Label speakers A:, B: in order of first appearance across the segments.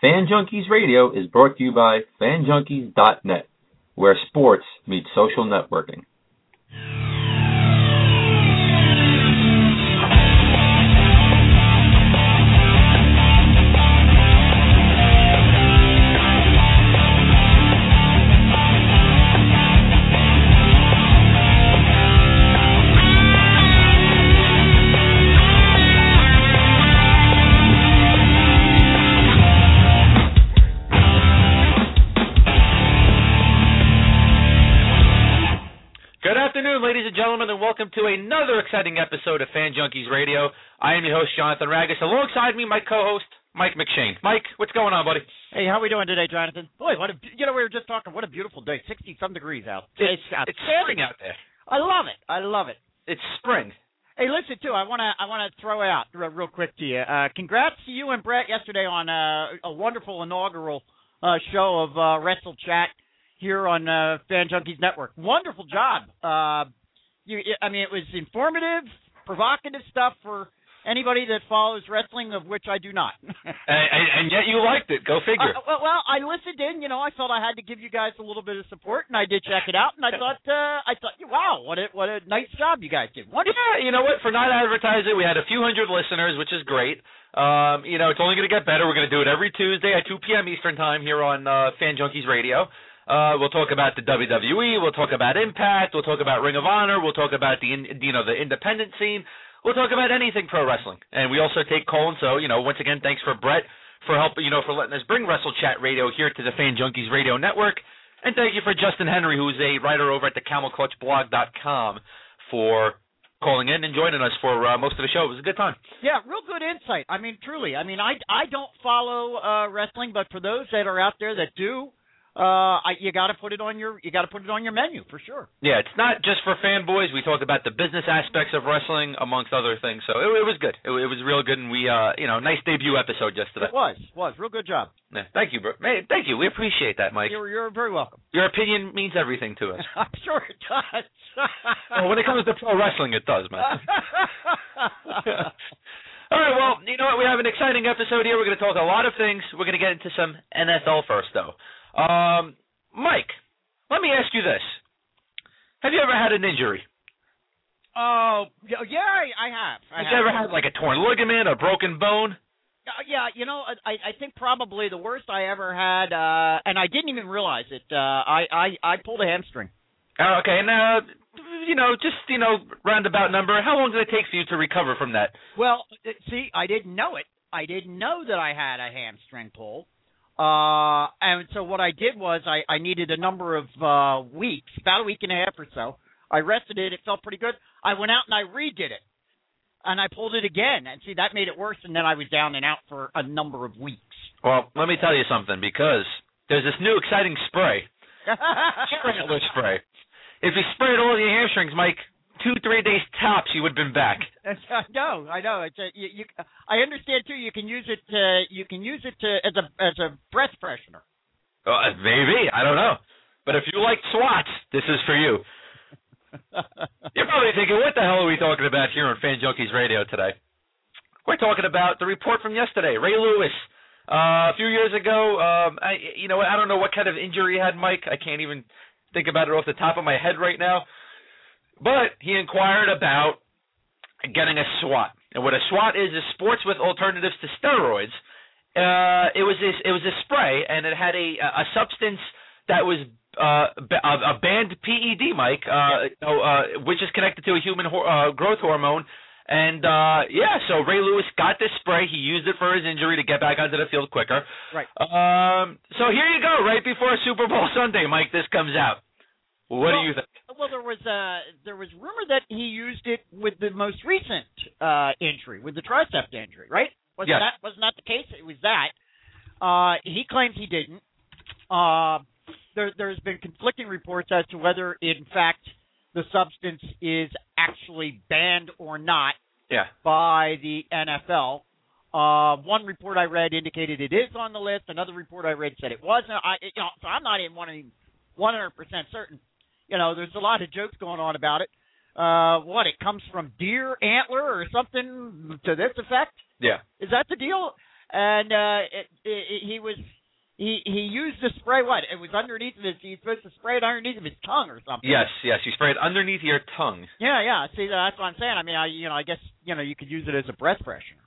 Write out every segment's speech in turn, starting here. A: Fan Junkies Radio is brought to you by FanJunkies.net, where sports meets social networking.
B: Good afternoon, ladies and gentlemen, and welcome to another exciting episode of Fan Junkies Radio. I am your host, Jonathan Ragus. Alongside me, my co-host, Mike McShane. Mike, what's going on, buddy?
C: Hey, how we doing today, Jonathan? Boy, what a you know we were just talking. What a beautiful day, sixty some degrees out.
B: It's, it's spring
C: outstanding.
B: out there.
C: I love it. I love it.
B: It's spring.
C: Hey, listen too. I wanna I wanna throw out re- real quick to you. Uh, congrats to you and Brett yesterday on uh, a wonderful inaugural uh, show of uh, Wrestle Chat here on uh, Fan Junkies Network. Wonderful job. Uh, you, I mean, it was informative, provocative stuff for anybody that follows wrestling, of which I do not.
B: And, and, and yet you liked it. Go figure.
C: Uh, well, well, I listened in. You know, I felt I had to give you guys a little bit of support, and I did check it out. And I thought, uh, I thought, wow, what a what a nice job you guys did. Wonderful.
B: Yeah, you know what? For not advertising, we had a few hundred listeners, which is great. Um, you know, it's only going to get better. We're going to do it every Tuesday at 2 p.m. Eastern Time here on uh, Fan Junkies Radio. Uh, we'll talk about the WWE. We'll talk about Impact. We'll talk about Ring of Honor. We'll talk about the in, you know the independent scene. We'll talk about anything pro wrestling, and we also take calls. So you know, once again, thanks for Brett for helping you know for letting us bring Wrestle Chat Radio here to the Fan Junkies Radio Network, and thank you for Justin Henry, who's a writer over at the CamelClutchBlog.com for calling in and joining us for uh, most of the show. It was a good time.
C: Yeah, real good insight. I mean, truly. I mean, I I don't follow uh, wrestling, but for those that are out there that do, uh, I, you got to put it on your you got to put it on your menu for sure.
B: Yeah, it's not just for fanboys. We talk about the business aspects of wrestling, amongst other things. So it, it was good. It, it was real good, and we, uh, you know, nice debut episode yesterday.
C: It was was real good job.
B: Yeah, thank you, bro. Man, thank you. We appreciate that, Mike.
C: You're you're very welcome.
B: Your opinion means everything to us.
C: I'm sure it does.
B: well, when it comes to pro wrestling, it does, man. All right, well, you know what? We have an exciting episode here. We're going to talk a lot of things. We're going to get into some NFL first, though. Um, Mike, let me ask you this: Have you ever had an injury?
C: oh yeah, yeah, I I have. I
B: Have
C: have.
B: you ever had like a torn ligament, a broken bone?
C: Uh, yeah, you know, I I think probably the worst I ever had, uh and I didn't even realize it. Uh, I I I pulled a hamstring.
B: Oh, okay, now you know, just you know, roundabout number. How long did it take for you to recover from that?
C: Well, it- see, I didn't know it. I didn't know that I had a hamstring pull. Uh, and so what I did was I, I needed a number of uh, weeks, about a week and a half or so. I rested it. It felt pretty good. I went out and I redid it, and I pulled it again. And see, that made it worse. And then I was down and out for a number of weeks.
B: Well, let me tell you something because there's this new exciting spray, antler spray. If you sprayed all your hamstrings, Mike, two three days tops, you would have been back.
C: I know, I know. It's a, you, you, I understand too. You can use it. To, you can use it to, as a as a breath freshener.
B: Uh, maybe I don't know, but if you like swats, this is for you. You're probably thinking, what the hell are we talking about here on Fan Junkies Radio today? We're talking about the report from yesterday. Ray Lewis, uh, a few years ago, um, I, you know, I don't know what kind of injury he had, Mike. I can't even think about it off the top of my head right now. But he inquired about getting a SWAT, and what a SWAT is is sports with alternatives to steroids. Uh, it was this, it was a spray, and it had a a substance that was uh, ba- a, a banned PED, Mike, uh, you know, uh, which is connected to a human hor- uh, growth hormone. And uh, yeah, so Ray Lewis got this spray. He used it for his injury to get back onto the field quicker.
C: Right.
B: Um, so here you go, right before Super Bowl Sunday, Mike. This comes out. What
C: Well,
B: do you think?
C: Well, there was uh there was rumor that he used it with the most recent uh injury, with the tricep injury, right? Wasn't
B: Yes.
C: that wasn't that the case? It was that. Uh he claims he didn't. Uh there there's been conflicting reports as to whether in fact the substance is actually banned or not
B: Yeah.
C: by the NFL. Uh, one report I read indicated it is on the list. Another report I read said it wasn't. I, you know, so I'm not even one one hundred percent certain. You know, there's a lot of jokes going on about it. Uh, what it comes from deer antler or something to this effect?
B: Yeah.
C: Is that the deal? and uh, it, it, he was he he used to spray what? It was underneath of his. He was supposed to spray it underneath of his tongue or something.
B: Yes, yes. You spray it underneath your tongue.
C: Yeah, yeah. See, that's what I'm saying. I mean, I you know, I guess you know, you could use it as a breath freshener.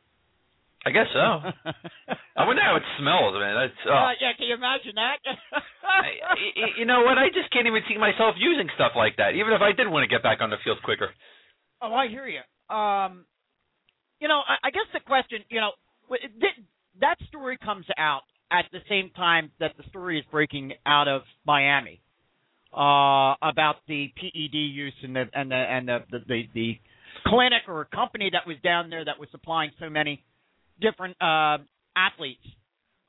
B: I guess so. I wonder how it smells, man. That's oh.
C: Uh, yeah, can you imagine that?
B: I, I- you know what? I just can't even see myself using stuff like that, even if I did want to get back on the field quicker.
C: Oh, I hear you. Um, you know, I, I guess the question, you know, w- it did, that story comes out at the same time that the story is breaking out of Miami uh, about the PED use and the and the and the the, the, the clinic or company that was down there that was supplying so many different uh, athletes.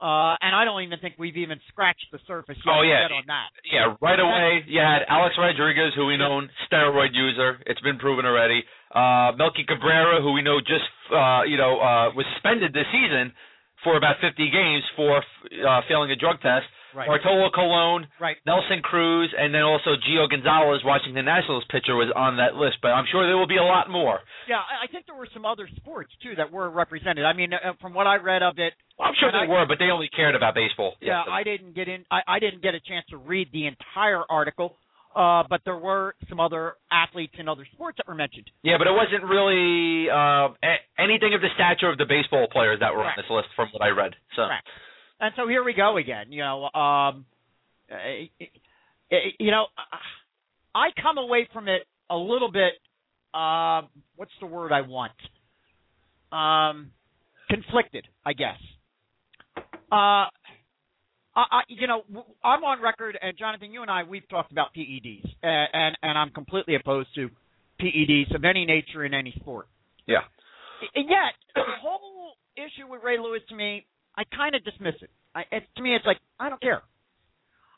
C: Uh, and I don't even think we've even scratched the surface yet,
B: Oh, yeah.
C: yet on that.
B: Yeah, right away you had Alex Rodriguez, who we know steroid user. It's been proven already. Uh, Melky Cabrera, who we know just uh, you know uh, was suspended this season for about 50 games for uh, failing a drug test.
C: Right.
B: Bartolo Colon,
C: Right.
B: Nelson Cruz, and then also Gio Gonzalez, Washington Nationals pitcher, was on that list. But I'm sure there will be a lot more.
C: Yeah, I I think there were some other sports too that were represented. I mean, uh, from what I read of it,
B: I'm sure
C: And
B: there
C: I-
B: were, but they only cared about baseball.
C: yeah, I didn't get in. I, I didn't get a chance to read the entire article, uh, but there were some other athletes in other sports that were mentioned.
B: Yeah, but it wasn't really uh, a- anything of the stature of the baseball players that were
C: Correct.
B: on this list, from what I read. So
C: Correct. And so here we go again. You know, um, eh, eh, eh, you know, I come away from it a little bit. Um, what's the word I want? Um, conflicted, I guess. Uh, I, I, you know, w- I'm on record, and Jonathan, you and I, we've talked about PEDs, a- and and I'm completely opposed to PEDs of any nature in any sport.
B: Yeah.
C: And yet, the whole issue with Ray Lewis to me, I kind of dismiss it. I, it. To me, it's like I don't care.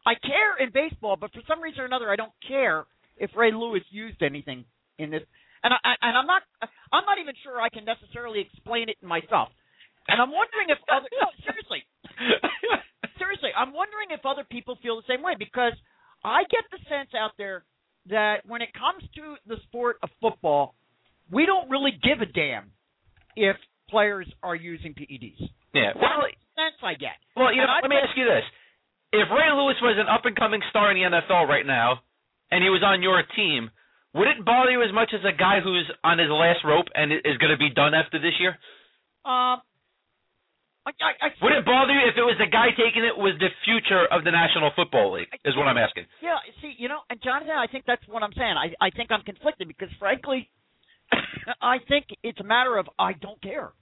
C: I care in baseball, but for some reason or another, I don't care if Ray Lewis used anything in this. And I I- and I'm not I'm not even sure I can necessarily explain it myself. And I'm wondering if other no seriously seriously, I'm wondering if other people feel the same way because I get the sense out there that when it comes to the sport of football, we don't really give a damn if players are using PEDs.
B: yeah. Well,
C: Sense I get.
B: well, you know,
C: And I
B: let me
C: think-
B: ask you this: If Ray Lewis was an up-and-coming star in the NFL right now, and he was on your team, would it bother you as much as a guy who's on his last rope and i- is going to be done after this year?
C: Um, I, I, I
B: Would it bother you if it was the guy taking it was the future of the National Football League? Is what I'm asking.
C: Yeah, see, you know, and Jonathan, I think that's what I'm saying. I I think I'm conflicted because frankly, I think it's a matter of I don't care.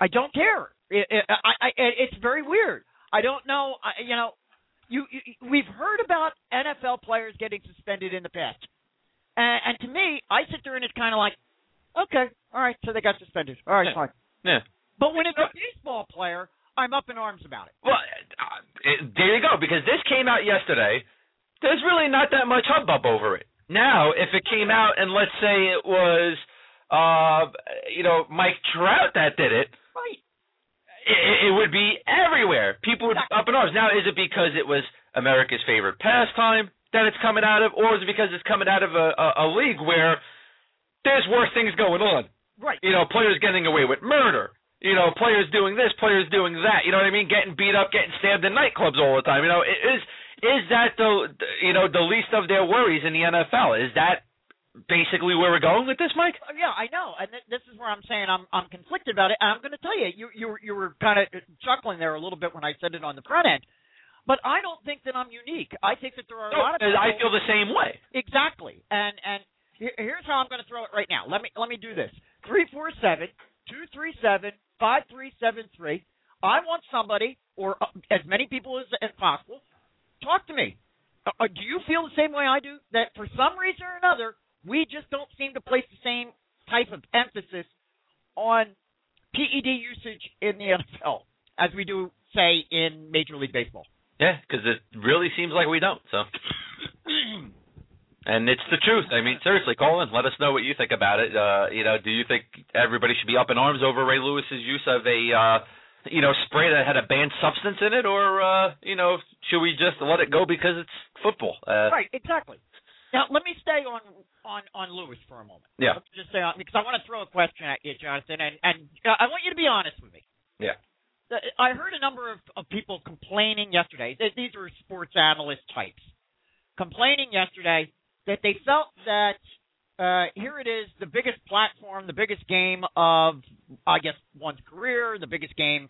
C: I don't care. It, it, I, I, it's very weird. I don't know. I, you know, you, you we've heard about NFL players getting suspended in the past, and, and to me, I sit there and it's kind of like, okay, all right, so they got suspended. All right,
B: Yeah.
C: fine.
B: Yeah.
C: But when it's a baseball player, I'm up in arms about it.
B: Well, uh, it, there you go. Because this came out yesterday. There's really not that much hubbub over it. Now, if it came out and let's say it was, uh, you know, Mike Trout that did it,
C: Right.
B: it, it would be everywhere. People would be up in arms. Now, is it because it was America's favorite pastime that it's coming out of, or is it because it's coming out of a, a, a league where there's worse things going on?
C: Right.
B: you know, players getting away with murder. You know, players doing this, players doing that. You know what I mean? Getting beat up, getting stabbed in nightclubs all the time. You know, i- is is that the you know the least of their worries in the NFL? Is that basically where we're going with this, Mike?
C: oh, yeah, I know, and th- this is where I'm saying I'm I'm conflicted about it. And I'm going to tell you, you you were- you were kind of chuckling there a little bit when I said it on the front end, but I don't think that I'm unique. I think that there are a lot of people.
B: I feel the same way.
C: Exactly. And and here- here's how I'm going to throw it right now. Let me let me do this. Three four seven two three seven five three seven three. I want somebody or uh, as many people as, as possible talk to me. Uh, uh, do you feel the same way I do? That for some reason or another, we just don't seem to place the same type of emphasis on PED usage in the NFL as we do, say, in Major League Baseball.
B: Yeah, because it really seems like we don't. So, and it's the truth. I mean, seriously, call in. Let us know what you think about it. Uh, you know, do you think everybody should be up in arms over Ray Lewis's use of a uh, you know spray that had a banned substance in it, or uh, you know, should we just let it go because it's football? Uh,
C: Right, exactly. Now let me stay on on on Lewis for a moment.
B: Yeah.
C: Let's just stay on because I want to throw a question at you, Jonathan, and and uh, I want you to be honest with me.
B: Yeah.
C: I heard a number of, of people complaining yesterday. th- These are sports analyst types complaining yesterday that they felt that uh, here it is, the biggest platform, the biggest game of, I guess, one's career, the biggest game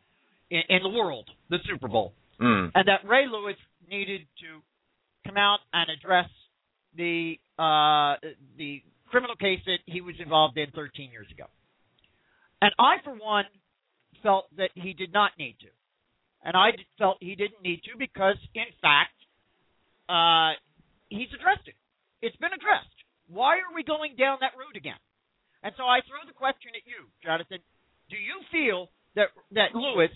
C: in, in the world, the Super Bowl
B: hmm.
A: Mm.
C: and that Ray Lewis needed to come out and address the uh, the criminal case that he was involved in 13 years ago. And I, for one, felt that he did not need to, and I d- felt he didn't need to because, in fact, uh, he's addressed it. It's been addressed. Why are we going down that road again? And so I throw the question at you, Jonathan. Do you feel that that Lewis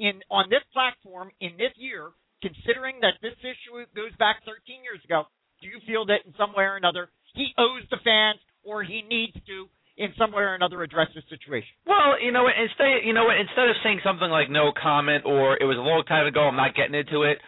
C: in on this platform in this year, considering that this issue goes back 13 years ago, do you feel that in some way or another he owes the fans or he needs to in some way or another address this situation?
B: Well, you know, what, instead you know what, instead of saying something like no comment or it was a long time ago, I'm not getting into it.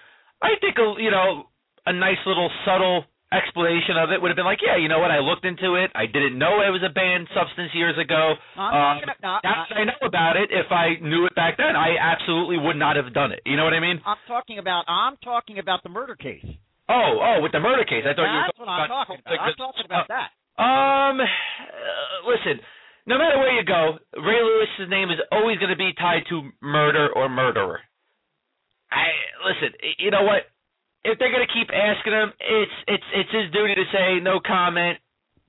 B: I think a you know a nice little subtle explanation of it would have been like, yeah, you know what, I looked into it. I didn't know it was a banned substance years ago.
C: I'm
B: Um,
C: not gonna, no,
B: Now that
C: I-
B: I know about it, if I knew it back then, I absolutely would not have done it. You know what I mean?
C: I'm talking about I'm talking about the murder case.
B: Oh, oh, with the murder case, I thought you were
C: That's what I'm talking about. I'm talking about
B: uh,
C: that.
B: Um, uh, listen, no matter where you go, Ray Lewis's name is always going to be tied to murder or murderer. I listen. y- You know what? If they're going to keep asking him, it's it's it's his duty to say no comment.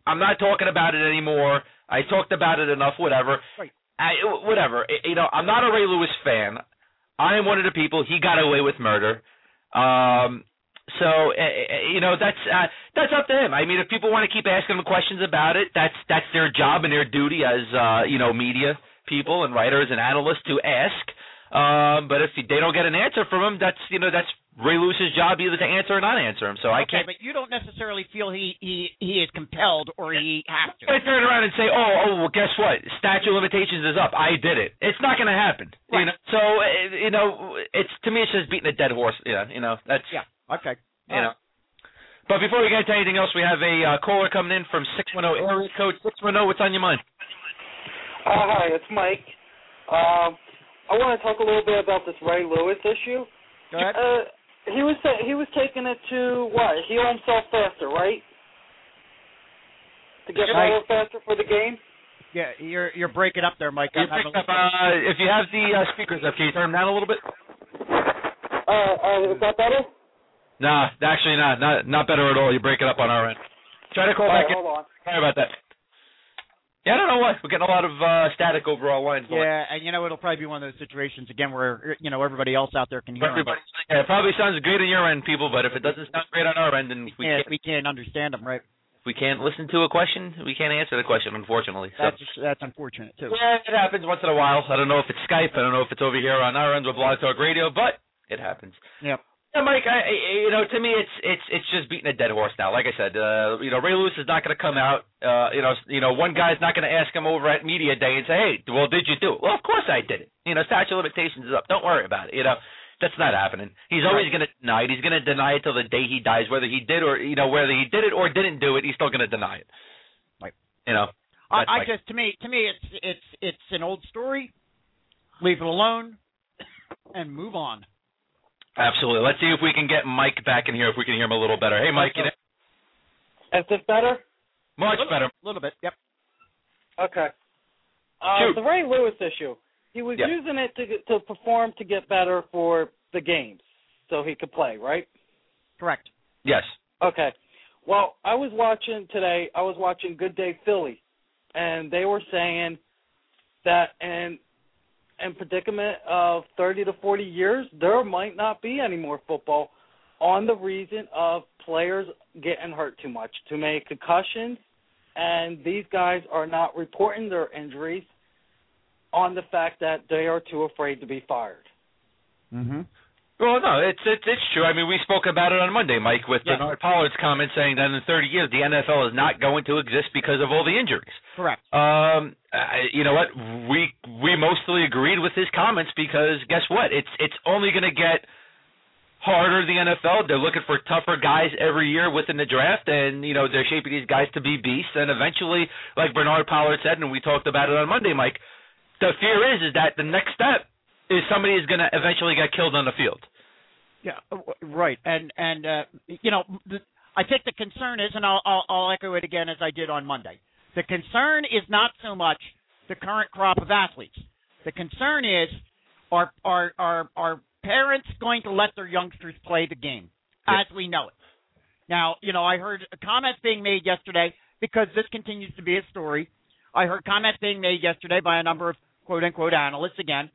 B: I'm not talking about it anymore. I talked about it enough. Whatever.
C: Right.
B: I, whatever. I- You know, I'm not a Ray Lewis fan. I am one of the people. He got away with murder. Um, so uh, uh, you know that's uh, that's up to him. I mean, if people want to keep asking him questions about it, that's that's their job and their duty as uh, you know media people and writers and analysts to ask. Um, but if they don't get an answer from him, that's you know that's Ray Lewis's job either to answer or not answer him. So I
C: okay,
B: can't.
C: but you don't necessarily feel he he he is compelled or he has to.
B: I turn around and say, "Oh, oh, well, guess what? Statue of limitations is up. I did it. It's not going to happen." You
C: Right.
B: know? So uh, you know, it's to me, it's just beating a dead horse. Yeah, you know, that's
C: Yeah. Okay.
B: you know. But before we get to anything else, we have a uh, caller coming in from 610 area code 610. What's on your mind?
D: Uh, hi, it's Mike. Um, I want to talk a little bit about this Ray Lewis issue.
C: Go ahead.
D: Uh, he was ta- he was taking it to what? Heal himself faster, right? To get
C: Right.
D: better faster for the game.
C: Yeah, you're you're breaking up there, Mike.
B: You
C: I'm having
B: picked
C: a
B: up, uh, if you have the uh, speakers up, can you turn them down a little bit?
D: Uh, uh, is that better?
B: Nah, actually not. Not not better at all. You break it up on our end. Try to call
D: All right,
B: back in.
D: hold on.
B: Sorry about that. Yeah, I don't know why. We're getting a lot of uh, static over our lines.
C: Yeah, and you know it'll probably be one of those situations again where you know everybody else out there can hear. Them,
B: Everybody, yeah, it probably sounds great on your end, people, but if it doesn't sound great on our end, then
C: but
B: we
C: yeah,
B: can't,
C: we can't understand them, right?
B: we can't listen to a question. We can't answer the question, unfortunately. So.
C: That's that's unfortunate too.
B: Yeah, it happens once in a while. I don't know if it's Skype. I don't know if it's over here on our end with Blog Talk Radio, but it happens.
C: Yep.
B: Yeah, Mike. I, I- you know, to me, it's it's it's just beating a dead horse now. Like I said, uh, you know, Ray Lewis is not going to come out. Uh, you know, s- you know, one guy's not going to ask him over at media day and say, "Hey, well, did you do it?" Well, of course I did it. You know, statute of limitations is up. Don't worry about it. You know, that's not happening. He's always going to deny it. He's going to deny it till the day he dies, whether he did or you know whether he did it or didn't do it. He's still going to deny it.
C: Right.
B: You know.
C: I,
B: That's
C: I
B: like-
C: just to me to me it's it's it's an old story. Leave it alone and move on.
B: Absolutely. Let's see if we can get Mike back in here. If we can hear him a little better. Hey, Mike. You there?
D: Is this better?
B: Much better.
C: A little bit. Yep.
D: Okay. Uh,
B: Shoot.
D: the Ray Lewis issue. He was
B: Yeah.
D: using it to get- to perform to get better for the games, so he could play, right?
C: Correct.
B: Yes.
D: Okay. Well, I was watching today. I was watching Good Day Philly, and they were saying that in in predicament of thirty to forty years, there might not be any more football on the reason of players getting hurt too much, too many concussions, and these guys are not reporting their injuries on the fact that they are too afraid to be fired.
C: Mm-hmm.
B: Well, no, it's it's it's true. I mean, we spoke about it on Monday, Mike, with
C: Yeah.
B: Bernard Pollard's comment saying that in 30 years the NFL is not going to exist because of all the injuries.
C: Correct.
B: Um, I, you know what? We we mostly agreed with his comments because guess what? It's it's only going to get harder. The NFL they're looking for tougher guys every year within the draft, and you know they're shaping these guys to be beasts. And eventually, like Bernard Pollard said, and we talked about it on Monday, Mike. The fear is is that the next step is somebody is going to eventually get killed on the field.
C: Yeah, uh, w- right. And and uh, you know, the, I think the concern is, and I'll, I'll I'll echo it again as I did on Monday. The concern is not so much the current crop of athletes. The concern is, are are are are parents going to let their youngsters play the game
B: Yeah.
C: as we know it? Now, you know, I heard comments being made yesterday because this continues to be a story. I heard comments being made yesterday by a number of quote unquote analysts again,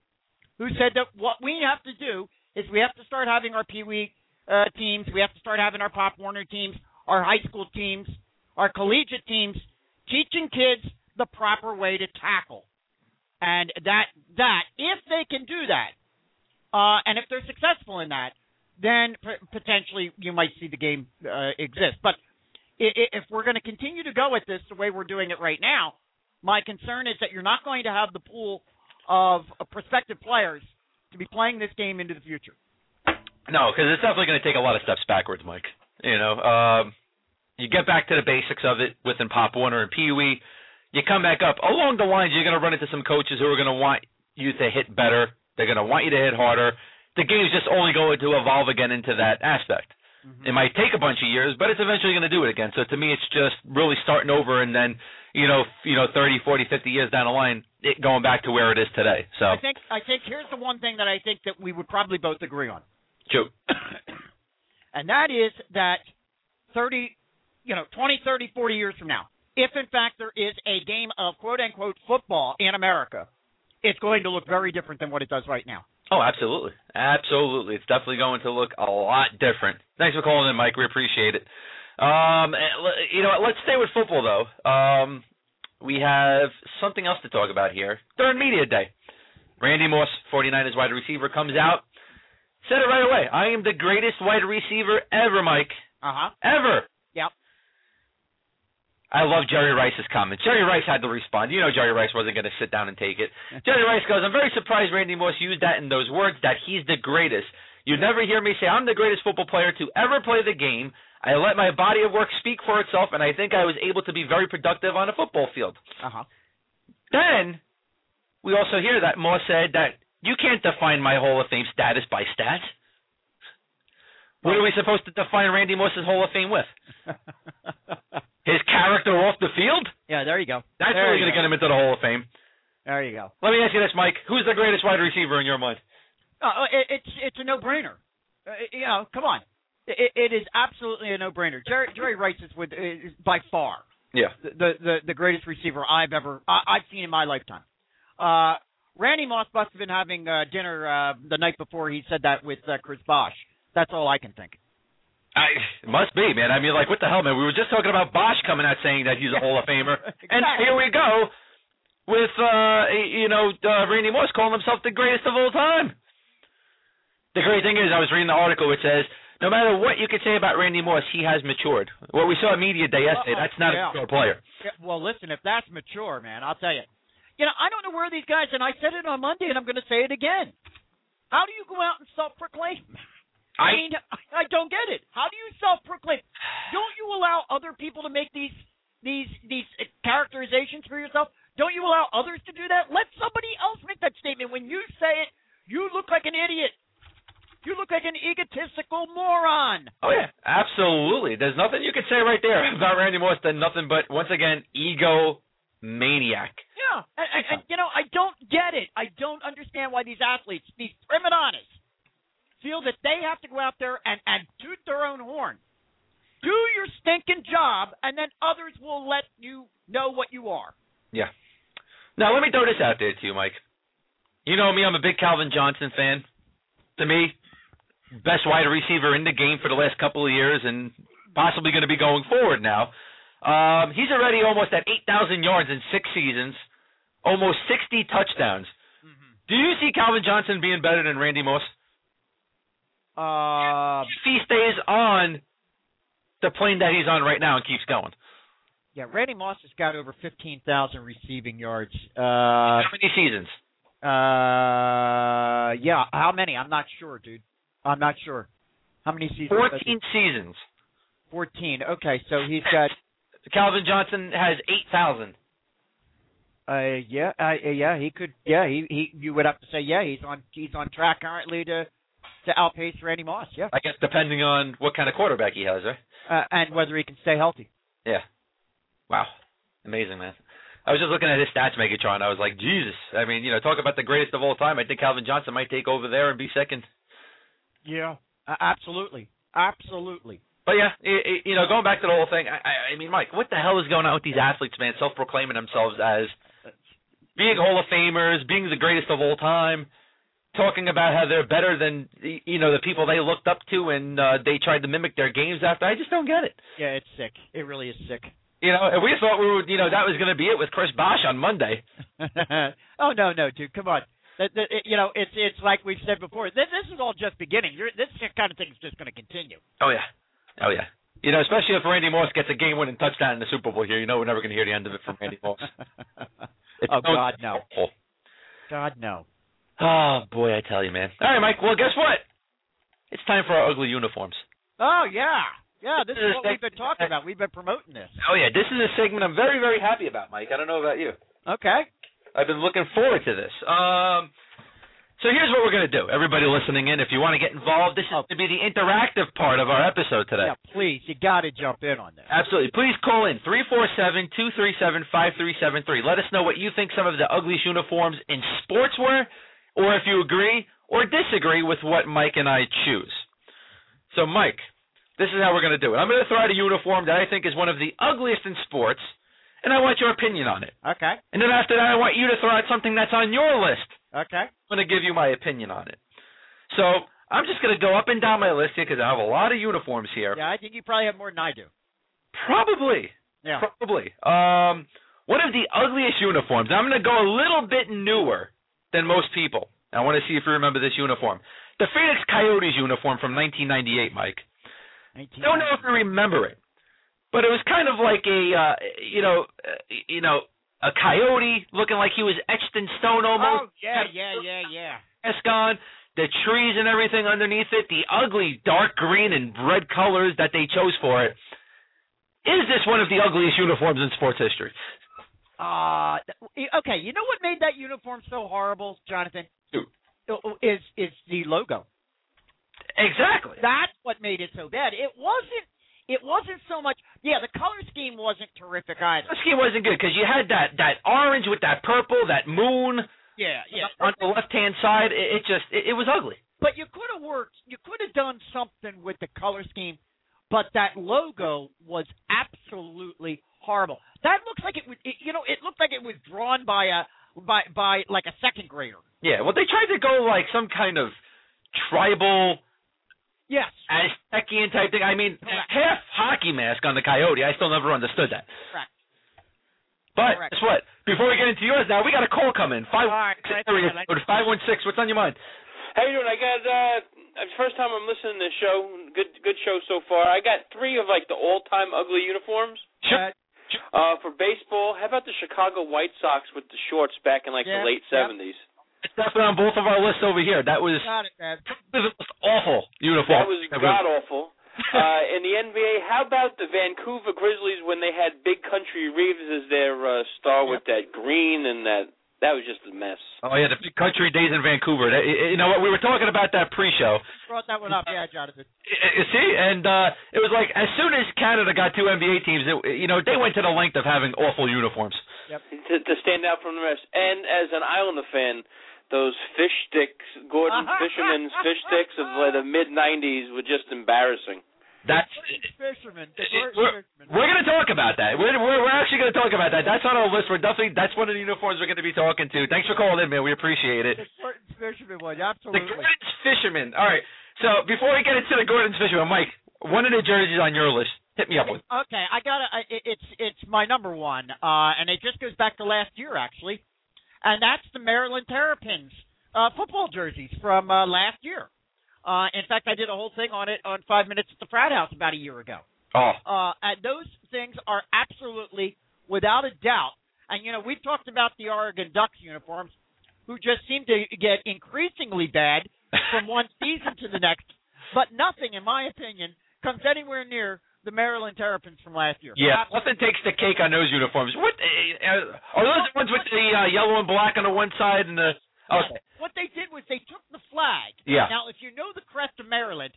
C: who said that what we have to do is we have to start having our Pee Wee uh, teams, we have to start having our Pop Warner teams, our high school teams, our collegiate teams, teaching kids the proper way to tackle. And that that if they can do that, uh, and if they're successful in that, then p- potentially you might see the game uh, exist. But i- i- if we're going to continue to go at this the way we're doing it right now, my concern is that you're not going to have the pool of uh, prospective players to be playing this game into the future.
B: No, because it's definitely going to take a lot of steps backwards, Mike. You know, um, you get back to the basics of it within Pop Warner and Pee Wee. You come back up along the lines. You're going to run into some coaches who are going to want you to hit better. They're going to want you to hit harder. The game's just only going to evolve again into that aspect.
C: Mm-hmm.
B: It might take a bunch of years, but it's eventually going to do it again. So to me, it's just really starting over, and then you know, f- you know, 30, 40, 50 years down the line, it going back to where it is today. So
C: I think I think here's the one thing that I think that we would probably both agree on,
B: shoot.
C: and that is that 30, you know, 20, 30, 40 years from now, if in fact there is a game of quote unquote football in America, it's going to look very different than what it does right now.
B: Oh, absolutely. Absolutely. It's definitely going to look a lot different. Thanks for calling in, Mike. We appreciate it. Um, eh, le- you know, what? let's stay with football though. Um, we have something else to talk about here. During media day, Randy Moss, 49ers wide receiver, comes out. Said it right away. I am the greatest wide receiver ever, Mike.
C: Uh huh.
B: Ever.
C: Yep.
B: I love Jerry Rice's comments. Jerry Rice had to respond. You know Jerry Rice wasn't going to sit down and take it. Jerry Rice goes, I'm very surprised Randy Moss used that in those words, that he's the greatest. You never hear me say I'm the greatest football player to ever play the game. I let my body of work speak for itself, and I think I was able to be very productive on a football field.
C: Uh huh.
B: Then we also hear that Moss said that you can't define my Hall of Fame status by stats. What are we supposed to define Randy Moss's Hall of Fame with? His character off the field?
C: yeah, there you go.
B: That's
C: There
B: really
C: you
B: going to
C: go.
B: get him into the Hall of Fame.
C: There you go.
B: Let me ask you this, Mike. Who's the greatest wide receiver in your mind?
C: Uh, it, it's it's a no-brainer. Uh, you know, come on. It, it is absolutely a no-brainer. Jerry, Jerry Rice is with is by far
B: Yeah.
C: the, the the greatest receiver I've ever I, I've seen in my lifetime. Uh, Randy Moss must have been having uh, dinner uh, the night before he said that with uh, Chris Bosch. That's all I can think.
B: I, it must be, man. I mean, like, what the hell, man? We were just talking about Bosch coming out saying that he's a Hall of Famer. And
C: Exactly.
B: here we go with, uh you know, uh, Randy Moss calling himself the greatest of all time. The great thing is, I was reading the article which says, no matter what you could say about Randy Moss, he has matured. What we saw at Media Day yesterday,
C: Uh-oh,
B: that's not
C: Uh-huh. yeah.
B: a mature player.
C: Yeah, Well, listen, if that's mature, man, I'll tell you. You know, I don't know where these guys, and I said it on Monday, and I'm going to say it again. How do you go out and self-proclaim? I
B: I,
C: mean, I don't get it. How do you self-proclaim? Don't you allow other people to make these these these characterizations for yourself? Don't you allow others to do that? Let somebody else make that statement. When you say it, you look like an idiot. You look like an egotistical moron.
B: Oh yeah, absolutely. There's nothing you could say right there about Randy Moss than nothing but once again ego maniac.
C: Yeah, and, and, and you know, I don't get it. I don't understand why these athletes, these primadonnas, feel that they have to go out there and and toot their own horn. Do your stinking job, and then others will let you know what you are.
B: Now let me throw this out there to you, Mike. You know me, I'm a big Calvin Johnson fan. To me, best wide receiver in the game for the last couple of years and possibly going to be going forward now. Um, he's already almost at 8,000 yards in six seasons, almost 60 touchdowns.
C: Mm-hmm.
B: Do you see Calvin Johnson being better than Randy Moss?
C: Uh,
B: if he stays on the plane that he's on right now and keeps going.
C: yeah, Randy Moss has got over fifteen thousand receiving yards. Uh,
B: How many seasons?
C: uh, yeah, how many? I'm not sure, dude. I'm not sure. How many seasons?
B: Fourteen seasons.
C: Fourteen. Okay, so he's got
B: Calvin Johnson has eight thousand.
C: Uh, yeah, uh, yeah, he could. Yeah, he, he. You would have to say, yeah, he's on. He's on track currently to to outpace Randy Moss. Yeah,
B: I guess depending on what kind of quarterback he has, right?
C: uh, and whether he can stay healthy.
B: Yeah. Wow. Amazing, man. I was just looking at his stats, Megatron. I was like, Jesus. I mean, you know, talk about the greatest of all time. I think Calvin Johnson might take over there and be second.
C: Yeah, uh, absolutely, absolutely.
B: But yeah, it, it, you know, going back to the whole thing, I, I, I mean, Mike, what the hell is going on with these athletes, man? Self-proclaiming themselves as being Hall of Famers, being the greatest of all time, talking about how they're better than y- you know the people they looked up to and uh, they tried to mimic their games after. I just don't get it.
C: Yeah, it's sick. It really is sick.
B: You know, and we thought we would, you know, that was going to be it with Chris Bosch on Monday.
C: oh no, no, dude, come on. That, that, it, you know, it's it's like we've said before. This, this is all just beginning. You're, this kind of thing is just going to continue.
B: Oh yeah, oh yeah. You know, especially if Randy Moss gets a game-winning touchdown in the Super Bowl here, you know we're never going to hear the end of it from Randy Moss. It's
C: oh
B: so
C: God, no,
B: awful.
C: God, no.
B: Oh boy, I tell you, man. All right, Mike. Well, guess what? It's time for our ugly uniforms.
C: Oh yeah, yeah. This is what we've been talking about. We've been promoting this.
B: Oh yeah, this is a segment I'm very, very happy about, Mike. I don't know about you.
C: Okay.
B: I've been looking forward to this. Um, so here's what we're going to do. Everybody listening in, if you want to get involved, this is
C: Oh.
B: going to be the interactive part of our episode today.
C: Yeah, please, you got to jump in on this.
B: Absolutely. Please call in 347-237-5373. Let us know what you think some of the ugliest uniforms in sports were, or if you agree or disagree with what Mike and I choose. So, Mike, this is how we're going to do it. I'm going to throw out a uniform that I think is one of the ugliest in sports, and I want your opinion on it.
C: Okay,
B: And then after that, I want you to throw out something that's on your list.
C: okay.
B: I'm going to give you my opinion on it. So I'm just going to go up and down my list here because I have a lot of uniforms here.
C: Yeah, I think you probably have more than I do.
B: Probably.
C: Yeah.
B: Probably. Um, one of the ugliest uniforms. I'm going to go a little bit newer than most people. I want to see if you remember this uniform. The Phoenix Coyotes uniform from 1998, Mike.
C: 19.
B: Don't know if you remember it, but it was kind of like a uh, you know uh, you know a coyote looking like he was etched in stone almost.
C: Oh yeah, yeah, yeah, yeah.
B: Mask on. The trees and everything underneath it, the ugly dark green and red colors that they chose for it. Is this one of the ugliest uniforms in sports history?
C: Uh th- okay. You know what made that uniform so horrible, Jonathan?
B: Who?
C: Uh, Is is the logo.
B: Exactly.
C: That's what made it so bad. It wasn't. It wasn't so much. Yeah, the color scheme wasn't terrific either.
B: The scheme wasn't good because you had that that orange with that purple, that moon
C: Yeah, yeah.
B: on the left hand side. It, it just it, it was ugly.
C: But you could have worked. You could have done something with the color scheme, but that logo was absolutely horrible. That looks like it would. It, you know, it looked like it was drawn by a by by like a second grader.
B: Yeah. Well, they tried to go like some kind of tribal
C: Yes.
B: Aztecian type thing. I mean, half hockey mask on the coyote. I still never understood that.
C: Correct.
B: But
C: Correct. Uh,
B: guess what? Before we get into yours, now we got a call come in. Five
C: All right, great.
B: five one six. What's on your mind?
D: How you doing? I got uh first time I'm listening to the show. Good good show so far. I got three of like the all time ugly uniforms.
B: Sure.
C: Uh,
D: Uh for baseball, how about the Chicago White Sox with the shorts back in like
C: Yeah,
D: the late
C: yeah.
D: seventies?
B: It's definitely on both of our lists over here. That was
C: got it, man.
B: this is the most awful uniform.
D: That was god awful. Uh in the NBA, how about the Vancouver Grizzlies when they had Big Country Reeves as their uh star with that green and that that was just a mess.
B: Oh yeah, the big country days in Vancouver. That- You know what? We were talking about that pre-show.
C: Brought that one up, yeah, Jonathan.
B: You see, and uh, it was like as soon as Canada got two NBA teams, it, you know they went to the length of having awful uniforms.
D: to, to stand out from the rest. And as an Islander fan, those fish sticks, Gordon Fisherman's fish sticks of like, the mid '90s were just embarrassing.
B: That's
C: Fisherman.
B: it- it- we're, we're going to talk about that. We're we're, we're actually going to talk about that. That's on our list. We're definitely that's one of the uniforms we're going to be talking to. Thanks for calling in, man. We appreciate it.
C: fisherman one,
B: The
C: absolutely.
B: Gordon's Fisherman. All right. So before we get into the Gordon's Fisherman, Mike, one of the jerseys on your list. Hit me up with.
C: Okay, I got it. It's it's my number one, uh, and it just goes back to last year actually, and that's the Maryland Terrapins uh, football jerseys from uh, last year. Uh, in fact, I did a whole thing on it on Five Minutes at the Frat House about a year ago.
B: Oh,
C: Uh, and those things are absolutely, without a doubt. And you know, we've talked about the Oregon Ducks uniforms, who just seem to get increasingly bad from one season to the next. But nothing, in my opinion, comes anywhere near the Maryland Terrapins from last year.
B: Yeah,
C: Not-
B: nothing takes the cake on those uniforms. What uh, are those the ones with the uh, yellow and black on the one side and the? Okay.
C: What they did was they took the flag.
B: Yeah.
C: Now, if you know the crest of Maryland,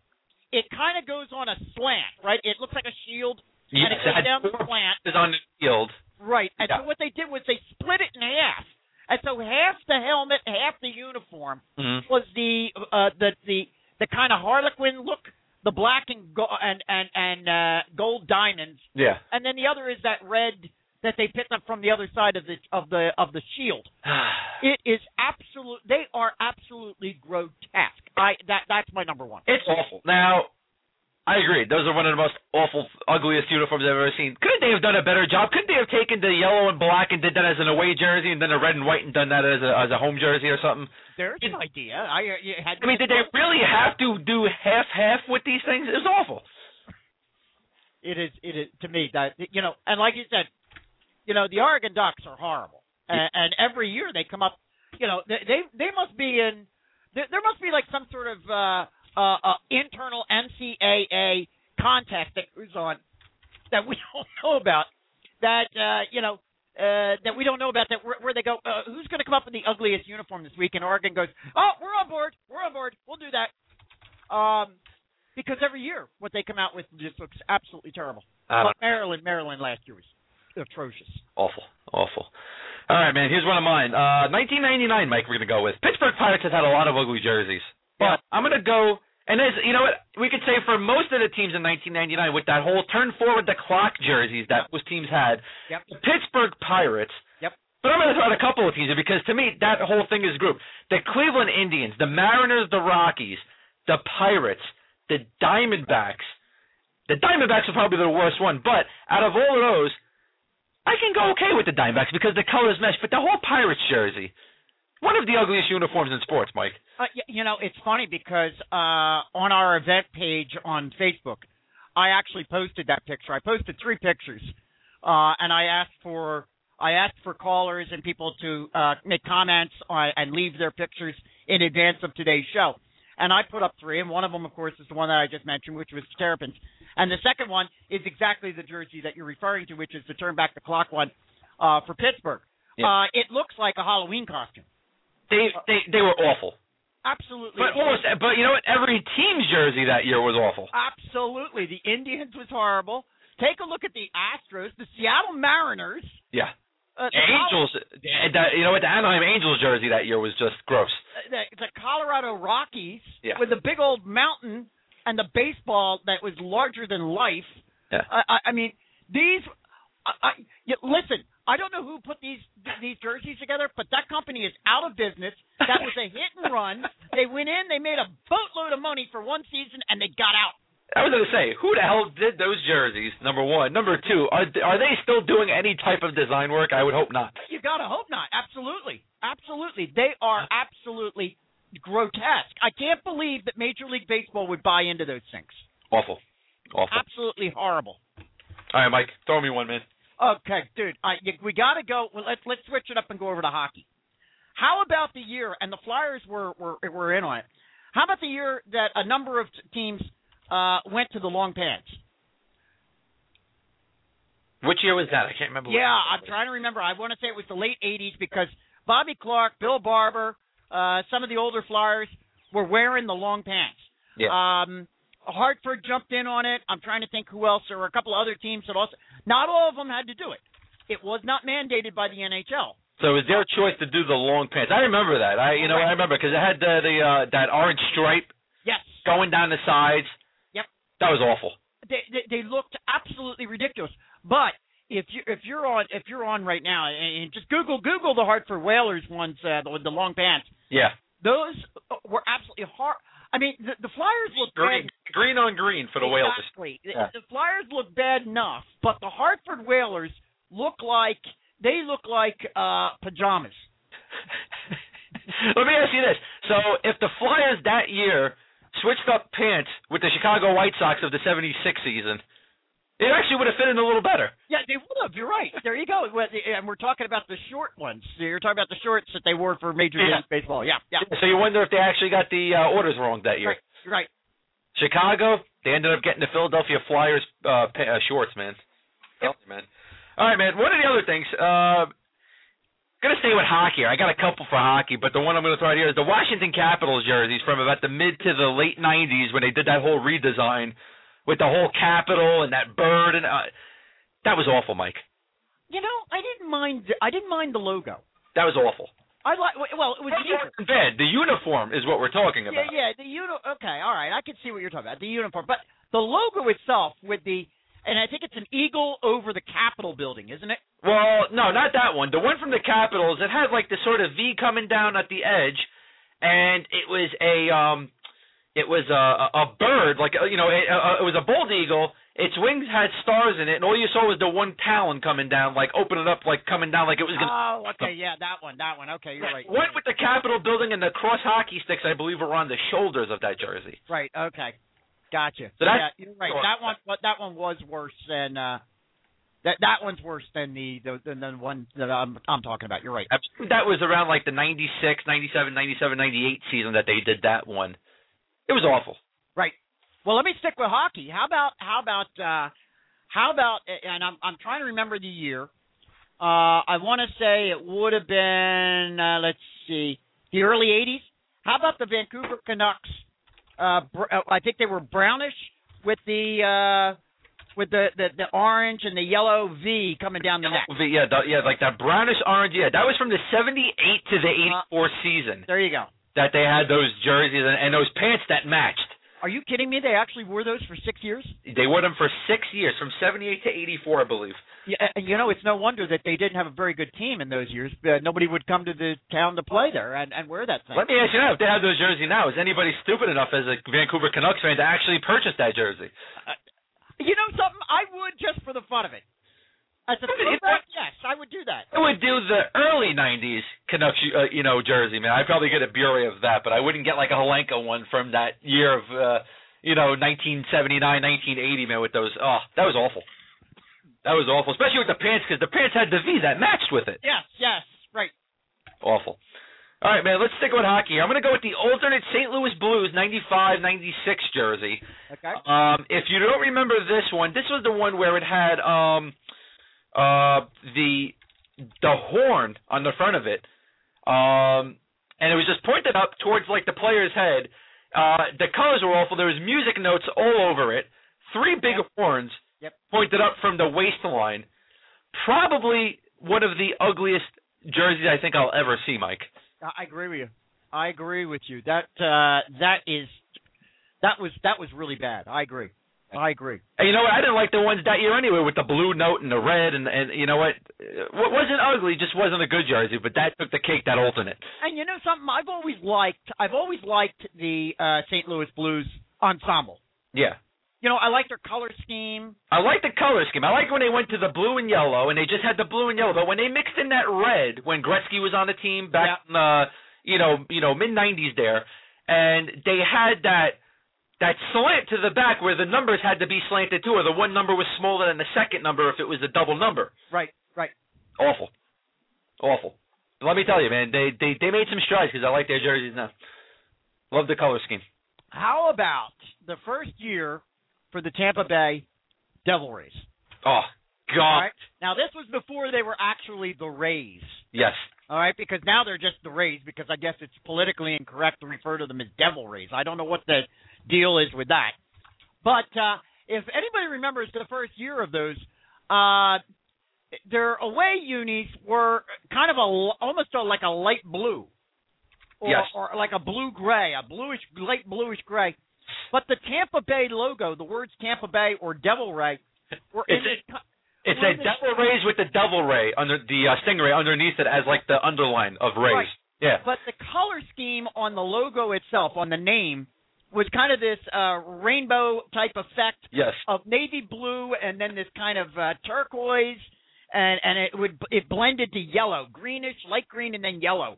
C: it kind of goes on a slant, right? It looks like a shield,
B: Yes,
C: and it goes
B: that's
C: down the
B: four
C: slant,
B: pieces on the field.
C: right? And
B: Yeah.
C: so what they did was they split it in half, and so half the helmet, half the uniform
B: Mm-hmm.
C: was the uh, the the the kind of Harlequin look, the black and go- and and and uh, gold diamonds,
B: Yeah.
C: and then the other is that red that they picked up from the other side of the of the of the shield. It is absolute. They are absolutely grotesque. I that that's my number one.
B: It's awful. Now, I agree. Those are one of the most awful, ugliest uniforms I've ever seen. Couldn't they have done a better job? Couldn't they have taken the yellow and black and did that as an away jersey, and then the red and white and done that as a as a home jersey or something?
C: There's an idea. I uh, you had.
B: I mean, did they really have to do half half with these things? It was awful.
C: It is. It is to me that you know, and like you said, you know, the Oregon Ducks are horrible, and, and every year they come up. You know, they they, they must be in. There, there must be like some sort of uh, uh, uh, internal NCAA contest that goes on that we don't know about. That uh, you know. Uh, that we don't know about that where, where they go. Uh, who's going to come up with the ugliest uniform this week? And Oregon goes, oh, we're on board. We're on board. We'll do that. Um, because every year what they come out with just looks absolutely terrible.
B: I don't
C: But Maryland, Maryland last year was atrocious.
B: Awful, awful. All right, man. Here's one of mine. Uh, 1999, Mike. We're gonna go with Pittsburgh Pirates has had a lot of ugly jerseys, but I'm gonna go. And as you know, what we could say for most of the teams in 1999, with that whole turn forward the clock jerseys that most teams had,
C: Yep.
B: the Pittsburgh Pirates.
C: Yep.
B: But I'm gonna throw out a couple of teams because to me that whole thing is group. The Cleveland Indians, the Mariners, the Rockies, the Pirates, the Diamondbacks. The Diamondbacks are probably the worst one, but out of all of those, I can go okay with the Diamondbacks because the colors mesh, but the whole Pirates jersey, one of the ugliest uniforms in sports, Mike.
C: Uh, y- you know, it's funny because uh, on our event page on Facebook, I actually posted that picture. I posted three pictures, uh, and I asked for I asked for callers and people to uh, make comments on, and leave their pictures in advance of today's show. And I put up three, and one of them, of course, is the one that I just mentioned, which was Terrapins. And the second one is exactly the jersey that you're referring to, which is the turn back the clock one uh, for Pittsburgh.
B: Yeah.
C: Uh, it looks like a Halloween costume.
B: They they they were awful,
C: Absolutely.
B: but almost. But you know what? Every team's jersey that year was awful.
C: Absolutely. The Indians was horrible. Take a look at the Astros, the Seattle Mariners.
B: Yeah,
C: Uh,
B: the Angels. eh, The, you know what? The Anaheim Angels jersey that year was just gross.
C: Col- uh, the, the Colorado Rockies
B: Yeah.
C: with the big old mountain and the baseball that was larger than life.
B: Yeah.
C: I, I, I mean, these. I, I, yeah, listen, I don't know who put these these jerseys together, but that company is out of business. That was a hit and run. They went in, they made a boatload of money for one season, and they got out.
B: I was gonna say, who the hell did those jerseys? Number one, number two, are th- are they still doing any type of design work? I would hope not.
C: You gotta hope not. Absolutely, absolutely. They are absolutely grotesque. I can't believe that Major League Baseball would buy into those things.
B: Awful, awful.
C: Absolutely horrible.
B: All right, Mike, throw me one, man.
C: Okay, dude, I, you, we gotta go. Well, let's let's switch it up and go over to hockey. How about the year? And the Flyers were were were in on it. How about the year that a number of teams uh, went to the long pants?
B: Which year was that? I can't remember. what-
C: Yeah, I'm trying to remember. I want to say it was the late '80s because Bobby Clark, Bill Barber, uh, some of the older Flyers were wearing the long pants. Yeah. Um, Hartford jumped in on it. I'm trying to think who else. There were a couple other teams that also. Not all of them had to do it. It was not mandated by the NHL.
B: So it was their choice to do the long pants. I remember that. I you know I remember because it had the the uh, that orange stripe
C: Yes.
B: going down the sides.
C: Yep.
B: That was awful.
C: they, they they looked absolutely ridiculous. But if you if you're on if you're on right now and, and just Google Google the Hartford Whalers ones uh, the, the long pants.
B: Yeah.
C: Those uh, were absolutely hard. I mean, the, the Flyers looked
B: Green green on green for
C: bad.
B: the Whalers.
C: Exactly. The-
B: Yeah.
C: The, Flyers looked bad enough, but the Hartford Whalers look like they look like uh pajamas.
B: Let me ask you this: So if the Flyers that year switched up pants with the Chicago White Sox of the '76 season, it actually would have fit in a little better.
C: Yeah, they would have. You're right. There you go. Well, the- And we're talking about the short ones. So You're talking about the shorts that they wore for Major League
B: Yeah.
C: Baseball. Yeah, yeah.
B: So you wonder if they actually got the uh, orders wrong that year.
C: Right. Right.
B: Chicago They ended up getting the Philadelphia Flyers uh, pa- uh shorts, man. Tell you, man. All right, man. One of the other things. Uh, gonna stay with hockey. I got a couple for hockey, but the one I'm gonna throw out here is the Washington Capitals jerseys from about the mid to the late '90s when they did that whole redesign with the whole capital and that bird and uh, that was awful, Mike.
C: You know, I didn't mind. I didn't mind the logo.
B: That was awful.
C: I like. Well, it was
B: It
C: either.
B: wasn't bad. The uniform is what we're talking
C: Yeah,
B: about.
C: yeah. The uni- Okay, all right. I can see what you're talking about. The uniform, but the logo itself with the, and I think it's an eagle over the Capitol building, isn't it?
B: Well, no, not that one. The one from the Capitals, it had like the sort of V coming down at the edge, and it was a um, it was a a a bird, like uh, you know, it, uh, it was a bald eagle. Its wings had stars in it, and all you saw was the one talon coming down, like open it up, like coming down, like it was gonna.
C: Oh, okay. Yeah, that one. That one. Okay, you're right.
B: One with the Capitol building and the cross hockey sticks, I believe, were on the shoulders of that jersey.
C: Right. Okay. Gotcha.
B: So
C: yeah,
B: that's-
C: you're right. That one. but That one was worse than. uh that that one's worse than the, the than the one that I'm I'm talking about. You're right.
B: That was around like the 96, 97, 97, 98 season that they did that one. It was awful.
C: Right. Well, let me stick with hockey. How about how about uh how about and I'm I'm trying to remember the year. Uh I want to say it would have been uh let's see, the early 80s. How about the Vancouver Canucks? Uh br- uh, I think they were brownish with the uh with the, the the orange and the yellow V coming down the neck.
B: The- yeah, the, yeah, like that brownish orange. Yeah, that was from the '78 to the '84 season
C: There you go.
B: that they had those jerseys and, and those pants that matched.
C: Are you kidding me? They actually wore those for 6 years?
B: They wore them for six years, from '78 to '84, I believe.
C: Yeah, and you know, it's no wonder that they didn't have a very good team in those years. Uh, nobody would come to the town to play there and, and wear that thing.
B: Let me ask you now: If they have those jerseys now, is anybody stupid enough as a Vancouver Canucks fan to actually purchase that jersey?
C: You know something? I would just for the fun of it. As a
B: I mean, it's
C: throwback, yes, I would do that.
B: I would do the early '90s Canucks, uh, you know, jersey. Man, I'd probably get a Bure of that, but I wouldn't get like a Holenka one from that year of, uh, you know, 1979, 1980. Man, with those, oh, that was awful. That was awful, especially with the pants, because the pants had the V that matched with it.
C: Yes, yes, right.
B: Awful. All right, man, let's stick with hockey. I'm going to go with the alternate St. Louis Blues 95 96 jersey.
C: Okay.
B: Um, if you don't remember this one, this was the one where it had um, uh, the the horn on the front of it, um, and it was just pointed up towards like the player's head. Uh, the colors were awful. There was music notes all over it. Three big
C: Yep.
B: horns
C: Yep.
B: pointed up from the waistline. Probably one of the ugliest jerseys I think I'll ever see, Mike.
C: Uh, I- I agree with you. I agree with you. That uh that is that was that was really bad. I agree. I agree.
B: And you know what? I didn't like the ones that year anyway, with the blue note and the red, and and you know what? Uh, What wasn't ugly just wasn't a good jersey, but that took the cake. That alternate.
C: And you know something? I've always liked I've always liked the uh St. Louis Blues ensemble.
B: Yeah,
C: You know, I like their color scheme.
B: I like the color scheme. I like when they went to the blue and yellow, and they just had the blue and yellow. But when they mixed in that red, when Gretzky was on the team back in the you know you know mid '90s there, and they had that that slant to the back where the numbers had to be slanted too, or the one number was smaller than the second number if it was a double number.
C: Right, right.
B: Awful. Awful. But let me tell you, man, they they, they made some strides because I like their jerseys now. Love the color scheme.
C: How about the first year for the Tampa Bay Devil Rays?
B: Oh, God.
C: All right. Now this was before they were actually the Rays.
B: Yes.
C: All right, because now they're just the Rays because I guess it's politically incorrect to refer to them as Devil Rays. I don't know what the deal is with that. But uh if anybody remembers the first year of those, uh their away unis were kind of a l- almost a, like a light blue. Or,
B: Yes.
C: or like a blue gray, a bluish light bluish gray. But the Tampa Bay logo, the words Tampa Bay or Devil Ray were in
B: It's
C: the co-
B: It's
C: Well,
B: a
C: they-
B: devil rays with the devil ray under the uh, stingray underneath it as like the underline of rays.
C: Right.
B: Yeah.
C: but the color scheme on the logo itself, on the name, was kind of this uh, rainbow type effect
B: Yes.
C: of navy blue and then this kind of uh, turquoise, and and it would it blended to yellow, greenish, light green, and then yellow.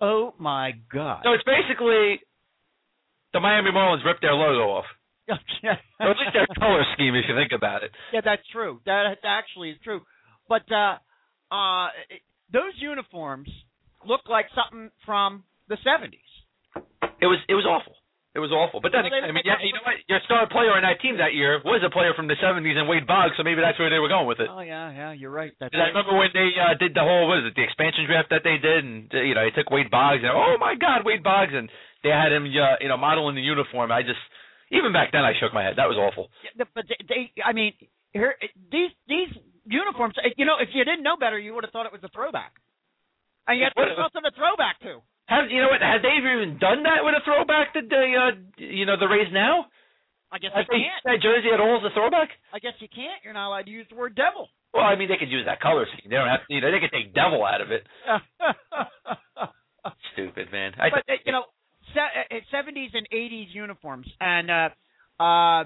C: Oh my God!
B: So it's basically the Miami Marlins ripped their logo off. Or at least their color scheme, if you think about it.
C: yeah, that's true. That actually is true. But uh, uh, those uniforms look like something from the '70s.
B: It was it was awful. It was awful. But then
C: Well,
B: again,
C: they
B: I mean,
C: were-
B: yeah, you know what? Your star player on that team that year was a player from the '70s and Wade Boggs, so maybe that's where they were going with it.
C: Oh yeah, yeah, you're right. That's
B: And I remember when they uh, did the whole what is it the expansion draft that they did, and uh, you know they took Wade Boggs, and oh my God, Wade Boggs, and they had him uh, you know modeling the uniform. I just even back then I shook my head. That was awful.
C: Yeah, but they, they I mean, here these these uniforms. uh, You know, if you didn't know better, you would have thought it was a throwback. And yet, there's nothing to throw back to.
B: Have you know what? Have they even done that with a throwback to the uh, you know the Rays now?
C: I guess you
B: Have they used
C: can't.
B: that jersey at all as a throwback?
C: I guess you can't. You're not allowed to use the word devil.
B: Well, I mean they could use that color scheme. They don't have to, you know they could take devil out of it. Stupid man. I
C: but uh, you know, uh, seventies and eighties uniforms, and uh, uh, uh,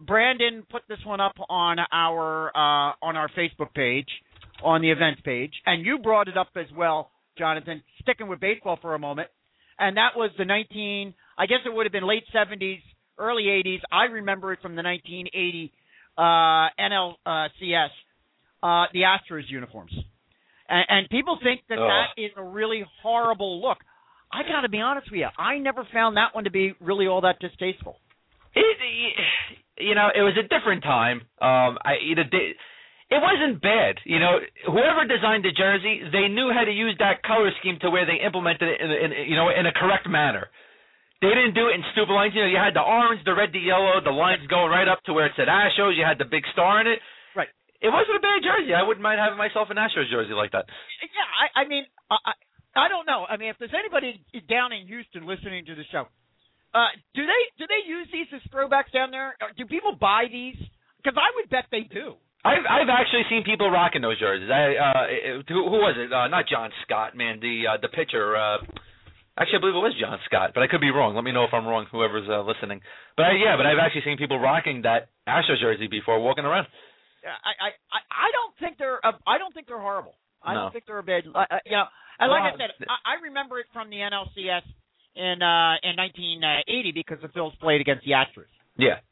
C: Brandon put this one up on our uh, on our Facebook page, on the events page, and you brought it up as well, Jonathan. Sticking with baseball for a moment, and that was the nineteen. I guess it would have been late seventies, early eighties. I remember it from the nineteen eighty uh, NLCS, uh, the Astros uniforms. And, and people think that
B: Ugh.
C: that is a really horrible look. I got to be honest with you. I never found that one to be really all that distasteful.
B: it, you know, it was a different time. Um, I you know, they, it wasn't bad. You know, whoever designed the jersey, they knew how to use that color scheme to where they implemented it in, a- in a- you know in a correct manner. They didn't do it in stupid lines. You know, you had the orange, the red, the yellow. The lines going right up to where it said Astros. You had the big star in it.
C: Right.
B: It wasn't a bad jersey. I wouldn't mind having myself an Astros jersey like that.
C: Yeah, I, I mean, I, I, I don't know. I mean, if there's anybody down in Houston listening to the show, uh, do they do they use these as throwbacks down there? Or Do people buy these? Because I would bet they do.
B: I've I've actually seen people rocking those jerseys. I uh it- who, who was it? Uh, not John Scott, man. The uh, the pitcher. Uh, actually, I believe it was John Scott, but I could be wrong. Let me know if I'm wrong. Whoever's uh, listening. But I, yeah, but I've actually seen people rocking that Astros jersey before walking around.
C: I I I I don't think they're uh, I don't think they're horrible. I
B: No.
C: don't think they're a bad. Uh, uh, you know, and like I
B: Well,
C: said,
B: th-
C: I, I remember it from the NLCS in uh in 1980 because the Phils played against the Astros.
B: Yeah.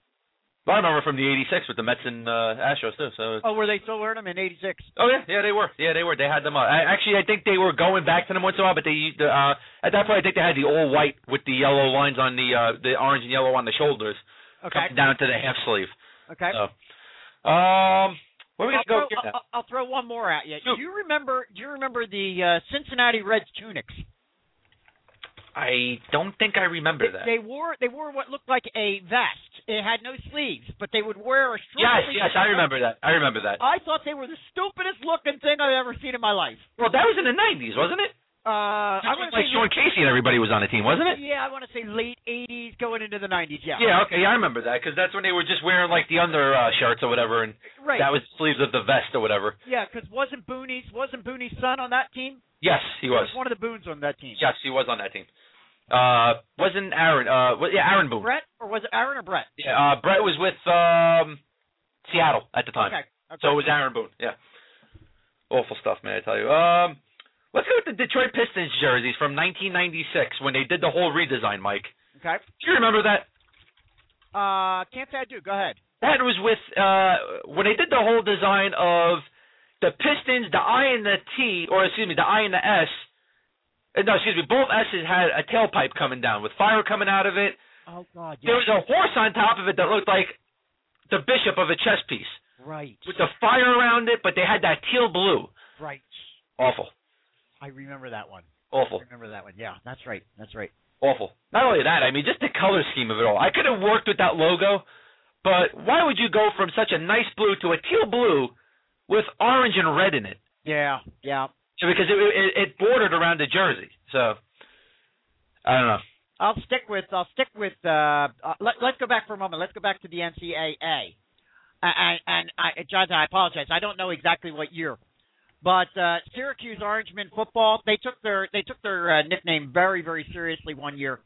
B: Well, I remember from the '86 with the Mets and uh, Astros too. So.
C: Oh, were they still wearing them in '86?
B: Oh yeah, yeah they were, yeah they were. They had them. Uh, I, actually, I think they were going back to them once in a while, but they used the, uh, at that point I think they had the all white with the yellow lines on the uh, the orange and yellow on the shoulders,
C: Okay.
B: coming down to the half sleeve.
C: Okay.
B: So, um, where are we gonna
C: I'll throw,
B: go here now?
C: I'll, I'll throw one more at you.
B: Shoot.
C: Do you remember? Do you remember the uh, Cincinnati Reds tunics?
B: I don't think I remember that.
C: They wore they wore what looked like a vest. It had no sleeves, but they would wear a short.
B: Yes,
C: sleeve
B: yes, I remember that. I remember that.
C: I thought they were the stupidest looking thing I've ever seen in my life.
B: Well, that was in the '90s, wasn't it?
C: Uh, I want to
B: like
C: say
B: Sean Casey and everybody was on the team, wasn't it?
C: Yeah, I want to say late '80s, going into the '90s. Yeah.
B: Yeah, okay, yeah, I remember that because that's when they were just wearing like the under uh, shirts or whatever, and
C: Right.
B: that was sleeves of the vest or whatever.
C: yeah, because wasn't Boone's wasn't Boone's son on that team?
B: Yes, he was.
C: one of the Boones on that team.
B: Yes, he was on that team. Uh, wasn't Aaron? Uh, wa- yeah, Aaron Boone.
C: Brett or was it Aaron or Brett?
B: Yeah, uh, Brett was with um Seattle at the time,
C: Okay. okay.
B: so it was Aaron Boone. Yeah, awful stuff, man. I tell you. Um, let's go with the Detroit Pistons jerseys from 1996 when they did the whole redesign, Mike.
C: okay.
B: Do you remember that?
C: Uh, can't say I do. Go ahead.
B: That was with uh when they did the whole design of the Pistons, the I and the T, or excuse me, the I and the S. uh, No, excuse me. Both S's had a tailpipe coming down with fire coming out of it.
C: Oh God.
B: there was a horse on top of it that looked like the bishop of a chess piece
C: Right.
B: with the fire around it, but they had that teal blue.
C: Right.
B: Awful,
C: I remember that one. I
B: awful,
C: remember that one. Yeah, that's right. That's right.
B: awful. Not only that, I mean, just the color scheme of it all. I could have worked with that logo, but why would you go from such a nice blue to a teal blue with orange and red in it?
C: Yeah, yeah.
B: Because it it, it bordered around the jersey, so I don't know.
C: I'll stick with I'll stick with uh, uh let, let's go back for a moment. Let's go back to the NCAA. And, and I, Jonathan, I apologize. I don't know exactly what year, but uh, Syracuse Orangemen football they took their they took their uh, nickname very very seriously one year.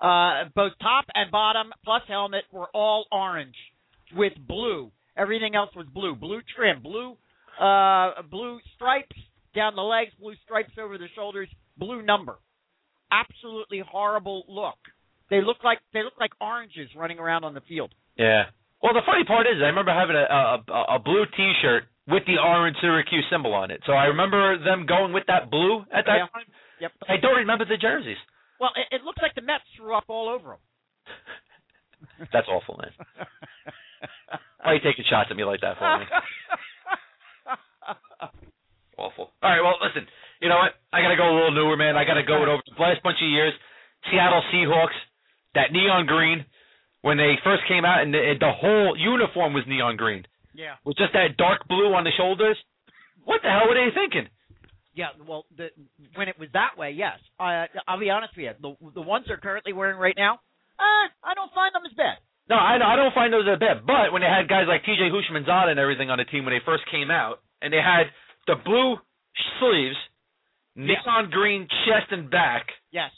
C: Uh, both top and bottom plus helmet were all orange with blue. Everything else was blue, blue trim, blue uh, blue stripes down the legs, blue stripes over the shoulders, blue number absolutely horrible look. They look like they look like oranges running around on the field.
B: Yeah. Well, the funny part is, I remember having a a, a- a blue T-shirt with the orange Syracuse symbol on it. So I remember them going with that blue at that
C: Yeah.
B: time.
C: Yep.
B: I don't remember the jerseys.
C: Well, it, it looks like the Mets threw up all over them.
B: That's awful, man. Why are you taking shots at me like that for me? Awful. All right, well, listen. You know what? I gotta go a little newer, man. I gotta go with over the last bunch of years. Seattle Seahawks, that neon green when they first came out, and the, the whole uniform was neon green
C: yeah.
B: with just that dark blue on the shoulders. What the hell were they thinking?
C: Yeah, well, the, when it was that way, yes. Uh, I'll be honest with you. The the ones they're currently wearing right now, uh, I don't find them as bad.
B: No, I, I don't find those that bad. But when they had guys like T.J. Hushmanzada and everything on the team when they first came out, and they had the blue sleeves,
C: Yeah.
B: neon green chest and back.
C: Yes.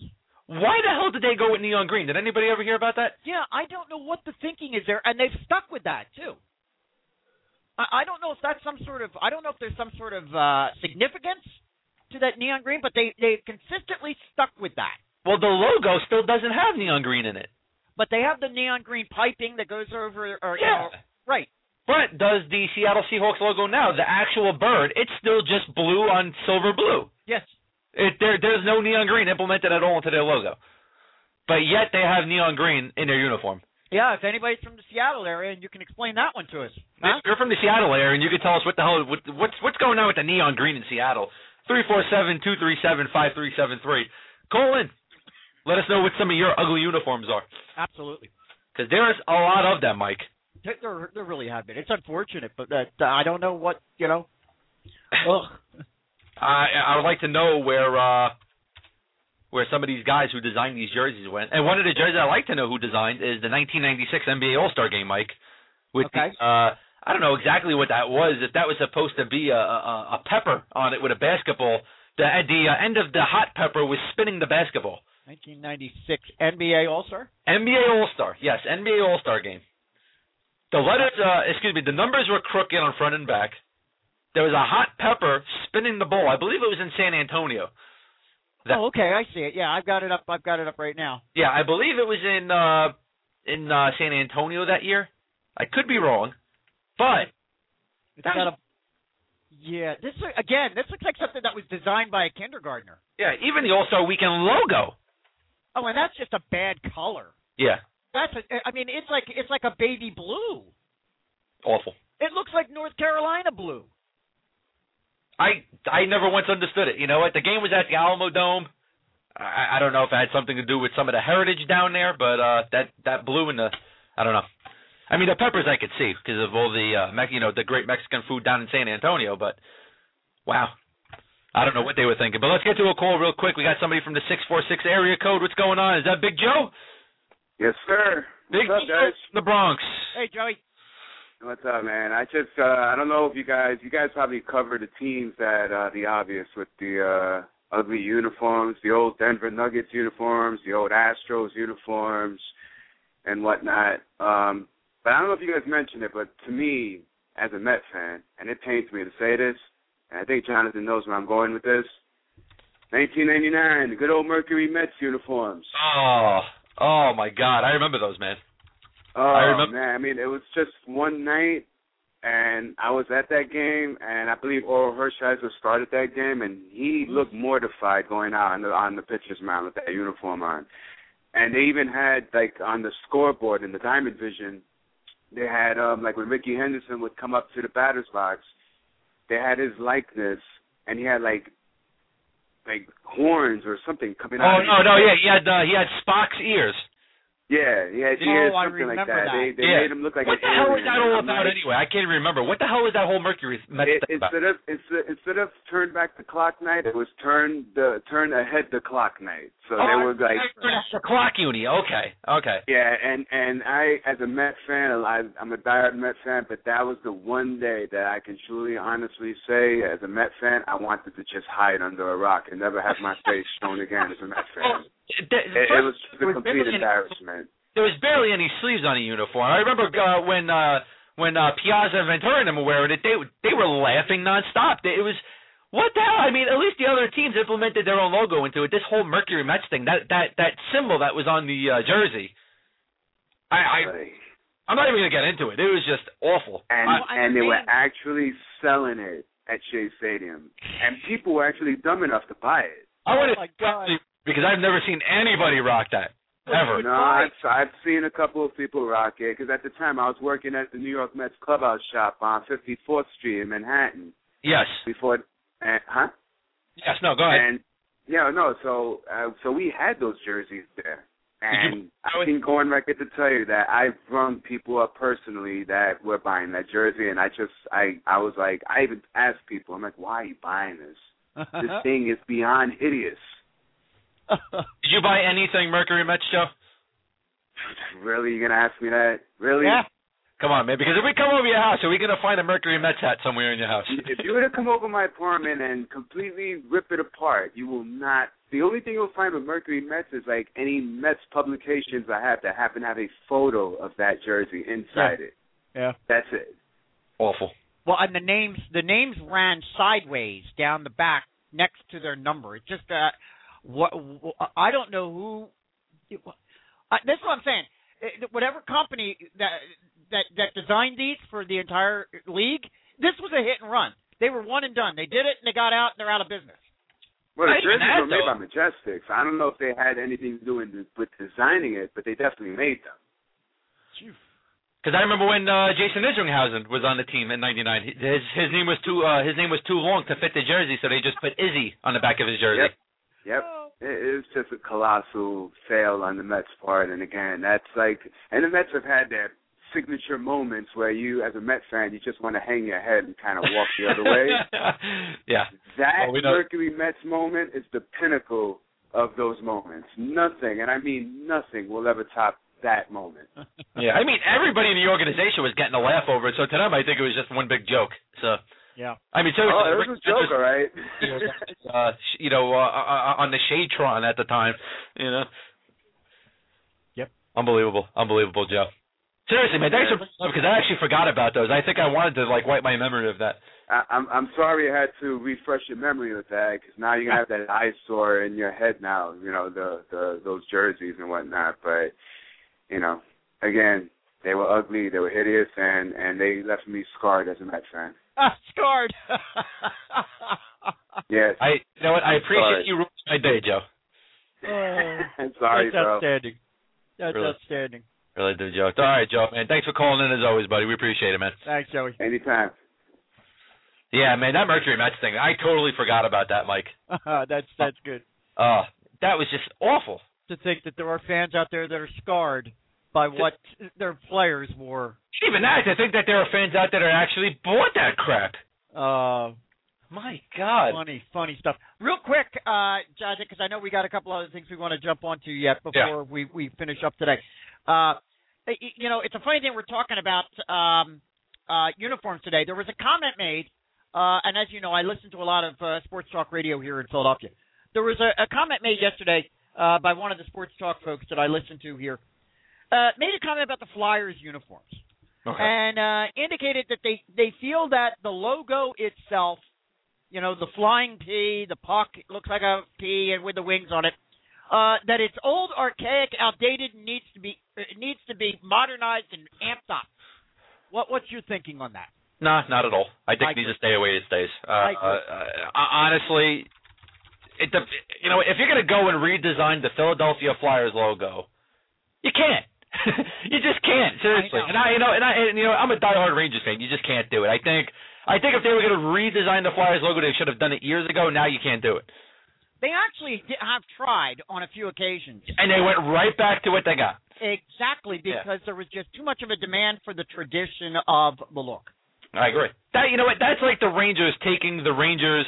B: Why the hell did they go with neon green? Did anybody ever hear about that?
C: Yeah, I don't know what the thinking is there, and they've stuck with that too. I, I don't know if that's some sort of I don't know if there's some sort of uh, significance to that neon green, but they they consistently stuck with that.
B: Well, the logo still doesn't have neon green in it.
C: But they have the neon green piping that goes over, or you
B: Yeah.
C: know, right?
B: But does the Seattle Seahawks logo now, the actual bird, it's still just blue on silver blue.
C: Yes.
B: It, there, there's no neon green implemented at all into their logo. But yet they have neon green in their uniform.
C: Yeah. If anybody's from the Seattle area, and you can explain that one to us. Huh?
B: If You're from the Seattle area, and you can tell us what the hell, what, what's what's going on with the neon green in Seattle. Three four seven two three seven five three seven three. Call in. Let us know what some of your ugly uniforms are,
C: Absolutely.
B: because there's a lot of them, Mike.
C: There- There, there really have been. It's unfortunate, but that uh, I don't know what you know. Ugh.
B: I I would like to know where uh where some of these guys who designed these jerseys went. And one of the jerseys I like to know who designed is the 1996 NBA All Star Game, Mike. With
C: Okay.
B: the, uh, I don't know exactly what that was. If that was supposed to be a a, a pepper on it with a basketball, the at the uh, end of the hot pepper was spinning the basketball.
C: 1996 NBA All Star.
B: NBA All Star, yes, NBA All Star Game. The letters, uh, excuse me, the numbers were crooked on front and back. There was a hot pepper spinning the ball. I believe it was in San Antonio. That-
C: Oh, okay, I see it. Yeah, I've got it up. I've got it up right now.
B: Yeah, I believe it was in uh in uh San Antonio that year. I could be wrong. But
C: It's
B: That-
C: got a. Yeah, this look- again. This looks like something that was designed by a kindergartner.
B: yeah, even the All Star Weekend logo.
C: Oh, and that's just a bad color.
B: Yeah.
C: That's a. I mean, it's like it's like a baby blue.
B: Awful.
C: It looks like North Carolina blue.
B: I I never once understood it. You know what? The game was at the Alamo Dome. I I don't know if it had something to do with some of the heritage down there, but uh that that blue and the I don't know. I mean the peppers I could see because of all the uh Mex- you know the great Mexican food down in San Antonio, but wow. I don't know what they were thinking, but let's get to a call real quick. We got somebody from the 646 area code. What's going on? Is that Big Joe?
E: Yes, sir.
B: Big
E: What's up,
B: Joe
E: guys?
B: from the Bronx.
C: Hey, Joey.
E: What's up, man? I just uh I don't know if you guys you guys probably cover the teams that uh the obvious with the uh ugly uniforms, the old Denver Nuggets uniforms, the old Astros uniforms and whatnot. Um but I don't know if you guys mentioned it, but to me, as a Met fan, and it pains me to say this, and I think Jonathan knows where I'm going with this. Nineteen ninety nine, the good old Mercury Mets uniforms.
B: Oh, oh my God! I remember those, man.
E: Oh
B: remember-
E: man, I mean it was just one night and I was at that game and I believe Oral Hershiser started that game and
B: Mm-hmm.
E: he looked mortified going out on the on the pitcher's mound with that uniform on. And they even had like on the scoreboard in the Diamond Vision, they had um like when Ricky Henderson would come up to the batter's box, they had his likeness and he had like like horns or something coming out
B: Oh
E: of
B: no,
E: his
B: no, yeah, he had uh, he had Spock's ears.
E: yeah,
C: Oh,
E: yeah, yeah,
C: I
E: something like
C: remember
E: that.
C: that.
E: They they
B: Yeah.
E: made him look like
B: what the
E: an
B: hell was
E: alien.
B: that all
E: I'm
B: about
E: like,
B: anyway? I can't remember. What the hell was that whole Mercury Mets
E: It,
B: thing about?
E: instead of instead, instead of turn back the clock night, it was turn the turn ahead the clock night. So
B: Oh,
E: they were like,
B: That's the clock uni. Okay, okay.
E: yeah, and and I as a Met fan, I, I'm a diehard Met fan, but that was the one day that I can truly honestly say, as a Met fan, I wanted to just hide under a rock and never have my face shown again as a Met
B: Well,
E: fan.
B: Oh, it, it-
E: It, it was just
B: there
E: a
B: was barely
E: complete
B: any-
E: embarrassment.
B: There was barely any sleeves on a uniform. I remember uh, when uh, when uh, Piazza and Ventura and them were wearing it. They they were laughing nonstop. They- It was what the hell? I mean, at least the other teams implemented their own logo into it. This whole Mercury Mets thing, that that that symbol that was on the uh, jersey. I, I
E: Like,
B: I'm not even gonna get into it. It was just awful.
E: and
B: I-
E: and they were actually selling it at Shea Stadium, and people were actually dumb enough to buy it.
B: I want
C: Oh my God.
B: to because I've never seen anybody rock that. Ever.
E: No, I've, I've seen a couple of people rock it because at the time I was working at the New York Mets clubhouse shop on 54th Street in Manhattan
B: Yes.
E: before, and, huh?
B: Yes. No. Go ahead.
E: And yeah, no, so uh, so we had those jerseys there,
B: Did you-
E: and
B: I
E: I
B: was-
E: can go on record to tell you that I've rung people up personally that were buying that jersey, and I just I I was like I even asked people I'm like why are you buying this? This
B: Uh-huh.
E: thing is beyond hideous.
B: Did you buy anything Mercury Mets, Joe?
E: Really, you're gonna ask me that? Really?
C: yeah.
B: Come on, man. Because if we come over your house, are we gonna find a Mercury Mets hat somewhere in your house?
E: if you were to come over my apartment and completely rip it apart, you will not. The only thing you'll find with Mercury Mets is like any Mets publications I have that happen to have a photo of that jersey inside it.
C: Yeah.
E: That's it.
B: Awful.
C: Well, and the names the names ran sideways down the back next to their number. It's just uh, what I don't know who. It, wa- I, that's what I'm saying. Uh, Whatever company that that that designed these for the entire league, this was a hit and run. They were one and done. They did it and they got out and they're out of business.
E: Well, the
B: Not even
E: jerseys
B: that,
E: were made
B: though.
E: by Majestics. I don't know if they had anything to do in this, with designing it, but they definitely made them.
B: Because I remember when uh, Jason Isringhausen was on the team in '99. His his name was too uh, his name was too long to fit the jersey, so they just put Izzy on the back of his jersey.
E: Yep. It, it was just a colossal fail on the Mets part. And again, that's like, and the Mets have had their signature moments where you, as a Mets fan, you just want to hang your head and kind of walk the other way.
B: yeah.
E: That
B: Well, we know-
E: Mercury Mets moment is the pinnacle of those moments. Nothing, and I mean nothing, will ever top that moment.
B: Yeah. I mean, everybody in the organization was getting a laugh over it, so to them, I think it was just one big joke. So.
C: Yeah.
B: I mean, seriously,
E: Oh, it
B: Rick
E: was a joke, all right?
B: Mets was, uh, sh- you know, uh, uh, on the Shadetron at the time, you know.
C: Yep.
B: Unbelievable, unbelievable, Joe. Seriously, man, thanks for bringing it up because I actually forgot about those. I think I wanted to like wipe my memory of that.
E: I, I'm I'm sorry I had to refresh your memory with that because now you have that eyesore in your head now. You know the the those jerseys and whatnot, but you know again they were ugly, they were hideous, and and they left me scarred as a Mets fan.
C: Ah, scarred.
E: Yes,
B: I, you know what? I
E: Sorry.
B: appreciate you ruining my day, Joe.
E: I'm sorry,
C: that's
E: bro.
C: outstanding. That's
B: Really.
C: outstanding.
B: Really do, Joe. All right, Joe, man. Thanks for calling in as always, buddy. We appreciate it, man.
C: Thanks, Joey.
E: Anytime.
B: Yeah, man, that Mercury Mets thing. I totally forgot about that, Mike.
C: that's that's good.
B: Uh, that was just awful.
C: to think that there are fans out there that are scarred by what their players wore.
B: Even that, to think that there are fans out there that actually bought that crap.
C: Uh,
B: My God.
C: funny, funny stuff. Real quick, uh, John, because I know we got a couple other things we want to jump onto yet before
B: Yeah.
C: we we finish up today. Uh, y- you know, it's a funny thing we're talking about um, uh, uniforms today. There was a comment made, uh, and as you know, I listen to a lot of uh, sports talk radio here in Philadelphia. There was a, a comment made yesterday uh, by one of the sports talk folks that I listen to here. Uh, made a comment about the Flyers uniforms
B: Okay.
C: and uh, indicated that they they feel that the logo itself, you know, the flying P, the puck it looks like a P and with the wings on it, uh, that it's old, archaic, outdated, and needs to be it needs to be modernized and amped up. What what's your thinking on that?
B: No, not at all. I think
C: I
B: it needs
C: agree.
B: to stay away it stays. Uh,
C: I
B: uh, uh, honestly, it dep- you know if you're gonna go and redesign the Philadelphia Flyers logo, you can't. you just can't seriously.
C: know.
B: And I you know and I and, you know I'm a diehard Rangers fan. You just can't do it. I think I think if they were gonna redesign the Flyers logo, they should have done it years ago. Now you can't do it.
C: They actually di- have tried on a few occasions, e,
B: And they went right back to what they got.
C: exactly
B: Yeah.
C: because there was just too much of a demand for the tradition of the look.
B: I agree. That you know what? That's like the Rangers taking the Rangers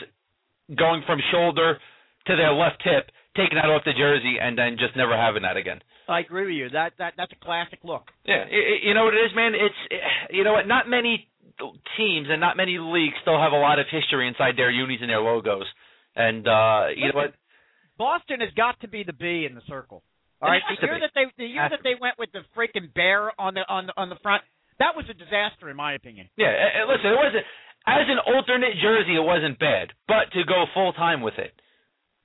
B: going from shoulder to their left hip, taking that off the jersey, and then just never having that again.
C: I agree with you. That that that's a classic look.
B: Yeah, i i- you know what it is, man. It's i- you know what? Not many teams and not many leagues still have a lot of history inside their unis and their logos. And uh you know what?
C: Boston has got to be the B in the circle. All
B: It
C: right,
B: has to
C: the
B: be.
C: year that they the year
B: Has
C: that
B: to
C: they went with the freaking bear on the on the on the front, that was a disaster in my opinion.
B: Yeah, a- a- listen, it wasn't as an alternate jersey, it wasn't bad, but to go full time with it,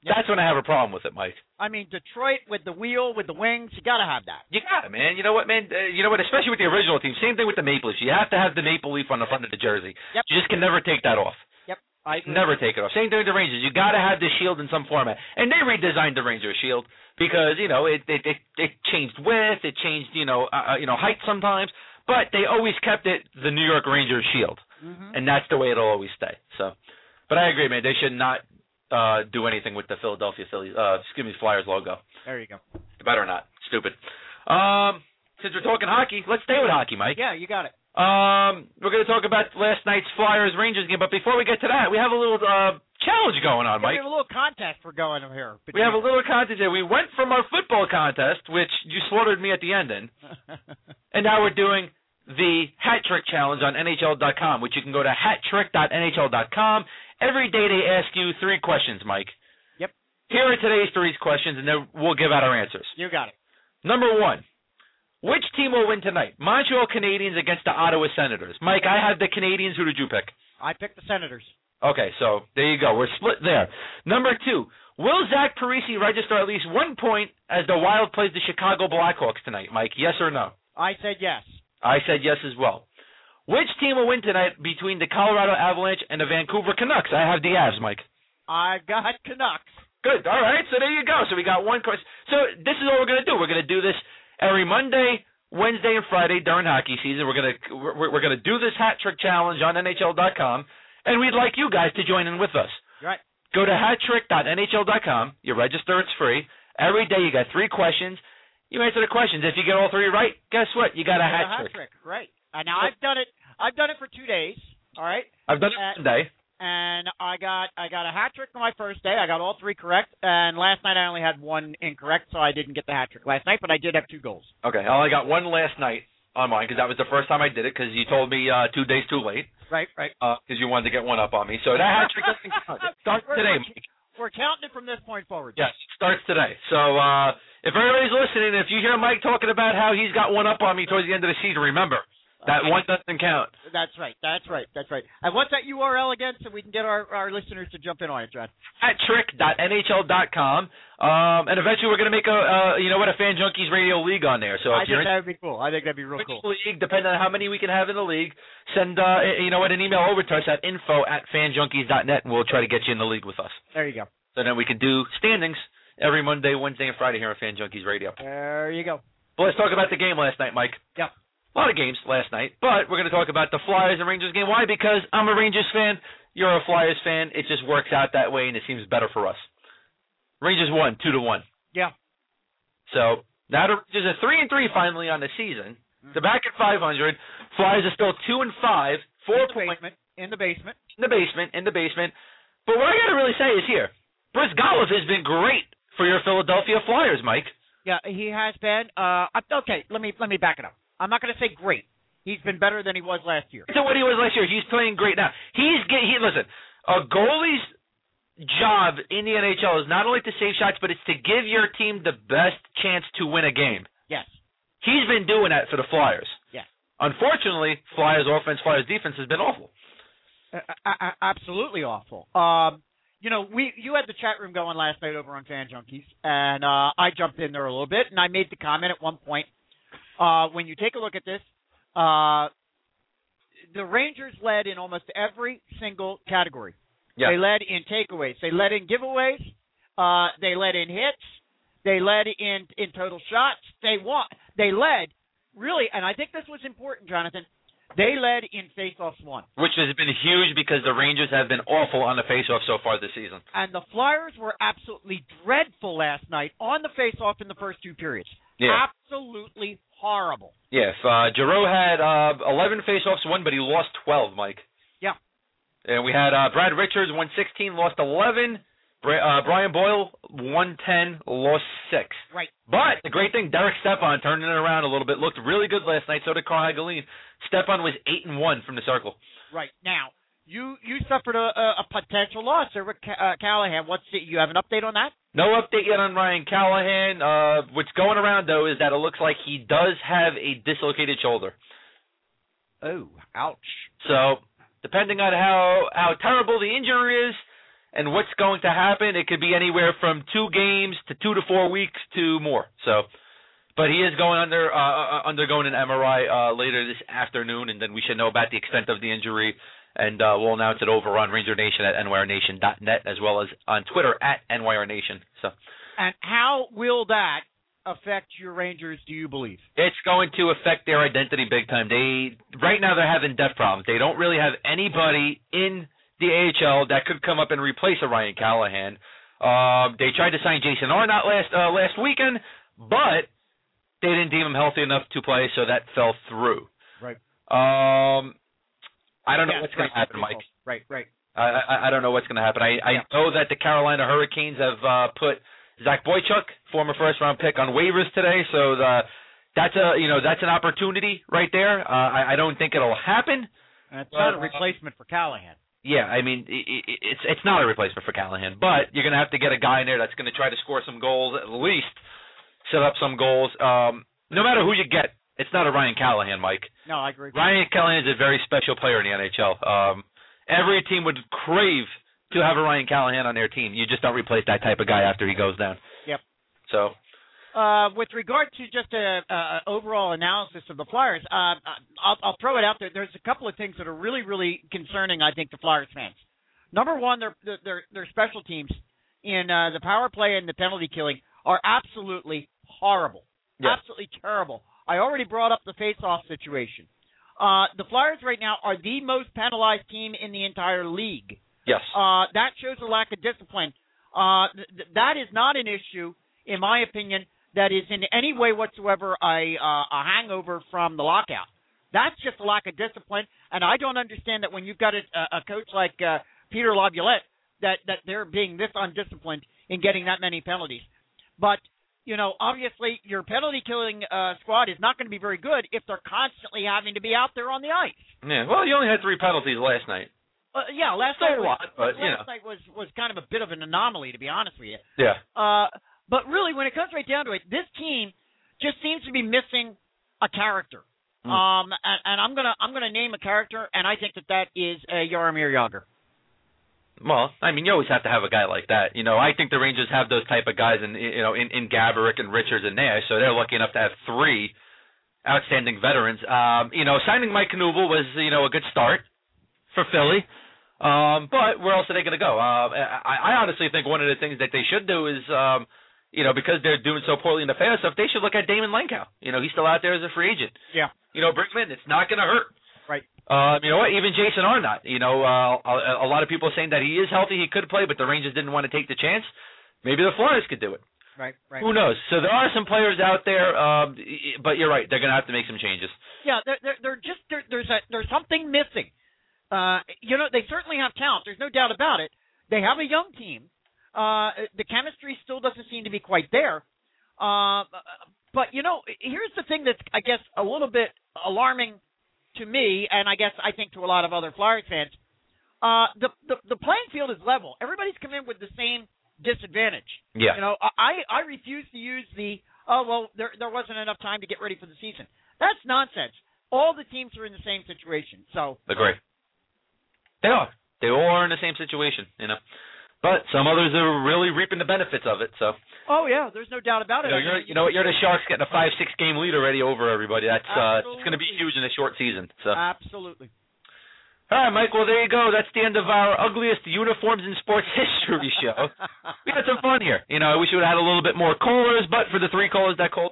C: Yeah.
B: that's when I have a problem with it, Mike.
C: I mean, Detroit with the wheel with the wings, you got to have that.
B: You got it, man. You know what, man? Uh, you know what? Especially with the original team. Same thing with the Maple Leafs. You have to have the Maple Leaf on the front of the jersey.
C: Yep.
B: You just can never take that off.
C: Yep.
B: I never take it off. Same thing with the Rangers. You got to have the shield in some format, and they redesigned the Ranger shield because you know it it it, it changed width, it changed you know uh, uh, you know height sometimes, but they always kept it the New York Rangers shield,
C: Mhm.
B: and that's the way it'll always stay. So, but I agree, man. They should not uh do anything with the Philadelphia Phillies. Uh, excuse me, Flyers logo.
C: There you go.
B: They better not. Stupid. Um, since we're talking hockey, let's stay with hockey, Mike.
C: Yeah, you got it.
B: Um, we're going to talk about last night's Flyers Rangers game, but before we get to that, we have a little uh, challenge going on,
C: We
B: Mike.
C: have a little contest we're going on here.
B: We have a little contest here. We went from our football contest, which you slaughtered me at the end in, and now we're doing the hat trick challenge on NHL.com, which you can go to hattrick.nhl.com. Every day they ask you three questions, Mike.
C: Yep.
B: Here are today's three questions, and then we'll give out our answers.
C: you got it.
B: Number one, which team will win tonight? Montreal Canadiens against the Ottawa Senators. Mike, I had the Canadiens. Who did you pick?
C: I picked the Senators.
B: Okay, so there you go. We're split there. Number two, will Zach Parisi register at least one point as the Wild plays the Chicago Blackhawks tonight, Mike? Yes or no?
C: I said yes.
B: I said yes as well. Which team will win tonight between the Colorado Avalanche and the Vancouver Canucks? I have the Avs, Mike.
C: I got Canucks.
B: Good. All right. So there you go. So we got one question. So this is what we're gonna do. We're gonna do this every Monday, Wednesday, and Friday during hockey season. We're gonna we're, we're gonna do this hat trick challenge on NHL.com, and we'd like you guys to join in with us.
C: Right.
B: Go to hattrick.nhl.com. You register. It's free. Every day you got three questions. You answer the questions. If you get all three right, guess what? You got a
C: I got
B: hat
C: a
B: trick.
C: trick. Right. Uh, now I've done it. I've done it for two days. All right.
B: I've done it Monday.
C: and I got I got a hat trick on my first day. I got all three correct, and last night I only had one incorrect, so I didn't get the hat trick last night. But I did have two goals.
B: Okay. I only got one last night on mine because that was the first time I did it because you told me uh, two days too late.
C: Right, right.
B: because Uh, you wanted to get one up on me. So that hat trick doesn't count. It starts
C: We're-
B: today.
C: we're-
B: Mike.
C: We're counting it from this point forward.
B: Yes, it starts today. So uh, if everybody's listening, if you hear Mike talking about how he's got one up on me towards the end of the season, remember that one doesn't count.
C: That's right. That's right. That's right. And what's that URL again, so we can get our, our listeners to jump in on it, John?
B: Hattrick.nhl.com, um, and eventually we're going to make a uh, you know what a Fan Junkies Radio League on there. So
C: I
B: if you're
C: think
B: in
C: that would be cool. I think that'd be real
B: which
C: cool.
B: league, depending on how many we can have in the league, send uh, you know what an email over to us at info at fanjunkies.net, and we'll try to get you in the league with us.
C: There you go.
B: So then we can do standings every Monday, Wednesday, and Friday here on Fan Junkies Radio.
C: There you go.
B: Well, let's talk about the game last night, Mike.
C: Yeah.
B: A lot of games last night, but we're going to talk about the Flyers and Rangers game. Why? Because I'm a Rangers fan. You're a Flyers fan. It just works out that way, and it seems better for us. Rangers won two to one.
C: Yeah.
B: So now the Rangers are three and three finally on the season. They're back at 500. Flyers are still two and five, four
C: in the
B: points
C: basement. In the basement.
B: in the basement, in the basement. But what I got to really say is here, Brizgalov has been great for your Philadelphia Flyers, Mike.
C: Yeah, he has been. Uh, I'm- okay, let me let me back it up. I'm not going to say great. He's been better than he was last year.
B: to what he was last year. He's playing great now. He's get he listen. A goalie's job in the NHL is not only to save shots, but it's to give your team the best chance to win a game.
C: Yes.
B: He's been doing that for the Flyers.
C: Yeah.
B: Unfortunately, Flyers offense, Flyers defense has been awful.
C: Uh, uh, uh, absolutely awful. Um, you know, we you had the chat room going last night over on Fan Junkies, and uh, I jumped in there a little bit, and I made the comment at one point. Uh, when you take a look at this, uh, the Rangers led in almost every single category.
B: Yeah.
C: They led in takeaways. They led in giveaways. Uh, they led in hits. They led in in total shots. They won. They led really, and I think this was important, Jonathan. They led in faceoffs won.
B: Which has been huge because the Rangers have been awful on the faceoff so far this season.
C: and the Flyers were absolutely dreadful last night on the faceoff in the first two periods.
B: Yeah.
C: Absolutely horrible.
B: Yes, uh, Giroux had uh, 11 faceoffs, won, but he lost 12, Mike.
C: Yeah.
B: And we had uh, Brad Richards won 16, lost 11. Bra- uh, Brian Boyle won 10, lost 6.
C: Right.
B: But the great thing, Derek Stepan turning it around a little bit, looked really good last night. So did Carl Hagelin. Stepan was 8 and 1 from the circle.
C: Right. Now, you you suffered a, a, a potential loss there with Ca- uh, Callahan. What's the, you have an update on that?
B: No update yet on Ryan Callahan. Uh, what's going around, though, is that it looks like he does have a dislocated shoulder.
C: Oh, ouch.
B: So, depending on how how terrible the injury is and what's going to happen, it could be anywhere from two games to two to four weeks to more. So, but he is going under uh, uh, undergoing an MRI uh, later this afternoon, and then we should know about the extent of the injury and uh, we'll announce it over on Ranger Nation at nyrnation.net as well as on Twitter at nyrnation. So
C: And how will that affect your Rangers? Do you believe?
B: it's going to affect their identity big time. They right now they're having depth problems. They don't really have anybody in the AHL that could come up and replace a Ryan Callahan. Um, they tried to sign Jason Arnott last uh, last weekend, but they didn't deem him healthy enough to play, so that fell through.
C: Right.
B: Um, I don't know
C: Yeah,
B: what's going
C: right,
B: to happen, Mike.
C: Right, right.
B: I, I I don't know what's going to happen. I I
C: Yeah.
B: know that the Carolina Hurricanes have uh, put Zach Boychuk, former first round pick, on waivers today. So the that's a you know that's an opportunity right there. Uh, I, I don't think it'll happen.
C: And it's not a
B: Well, uh,
C: replacement for Callahan.
B: Yeah, I mean i i it's it's not a replacement for Callahan, but you're going to have to get a guy in there that's going to try to score some goals at least, set up some goals. Um, no matter who you get, it's not a Ryan Callahan, Mike.
C: No, I agree.
B: Ryan Callahan is a very special player in the NHL. Um, every team would crave to have a Ryan Callahan on their team. You just don't replace that type of guy after he goes down.
C: Yep.
B: So
C: Uh, with regard to just a, a overall analysis of the Flyers, uh, I- I'll, I'll throw it out there. There's a couple of things that are really, really concerning. I think to Flyers fans. Number one, their their- their their special teams in uh, the power play and the penalty killing are absolutely horrible,
B: Yeah.
C: absolutely terrible. I already brought up the face-off situation. Uh, the Flyers right now are the most penalized team in the entire league.
B: yes,
C: Uh, that shows a lack of discipline. Uh, th- th- that is not an issue, in my opinion, that is in any way whatsoever a, uh, a hangover from the lockout. That's just a lack of discipline, and I don't understand that when you've got a, a a coach like uh, Peter Laviolette, that that they're being this undisciplined in getting that many penalties. But you know, obviously, your penalty killing uh, squad is not going to be very good if they're constantly having to be out there on the ice.
B: yeah. Well, you only had three penalties last night.
C: Uh, yeah, last
B: Still
C: night
B: a
C: was,
B: lot, but, you
C: last
B: know.
C: night was was kind of a bit of an anomaly, to be honest with you.
B: Yeah,
C: Uh, but really, when it comes right down to it, this team just seems to be missing a character.
B: Hmm.
C: Um, and, and I'm gonna I'm gonna name a character, and I think that that is uh, Yaromir Yager.
B: Well, I mean, you always have to have a guy like that. You know, I think the Rangers have those type of guys, in you know, in, in Gaborik and Richards and Nash, so they're lucky enough to have three outstanding veterans. Um, you know, signing Mike Knuble was you know a good start for Philly, um, but where else are they going to go? Um, I, I honestly think one of the things that they should do is, um, you know, because they're doing so poorly in the playoff stuff, they should look at Damon Lankow. You know, he's still out there as a free agent.
C: Yeah.
B: You know, bring him in. It's not going to hurt.
C: Right.
B: Um, you know what? Even Jason Arnott. You know, uh, a, a lot of people are saying that he is healthy, he could play, but the Rangers didn't want to take the chance. Maybe the Flyers could do it.
C: Right, right.
B: Who knows? So there are some players out there, um, but you're right. They're going to have to make some changes.
C: Yeah, they're they're, they're just they're, there's a there's something missing. Uh, you know, they certainly have talent. There's no doubt about it. They have a young team. Uh, the chemistry still doesn't seem to be quite there. Uh, but you know, here's the thing that's I guess a little bit alarming to me, and I guess I think to a lot of other Flyers fans. Uh, the, the the playing field is level. Everybody's come in with the same disadvantage.
B: Yeah.
C: You know, I I refuse to use the oh well there there wasn't enough time to get ready for the season. That's nonsense. All the teams are in the same situation. So
B: Agree. They are. They all are in the same situation, you know. But some others are really reaping the benefits of it. So
C: oh yeah, there's no doubt about
B: you
C: it.
B: know, you're, you know what? You're the Sharks getting a five, six game lead already over everybody. That's uh, it's going to be
C: Absolutely.
B: huge in a short season. So
C: Absolutely.
B: all right, Mike. Well, there you go. That's the end of our ugliest uniforms in sports history show. we had some fun here. You know, I wish we would have had a little bit more callers, but for the three callers that called,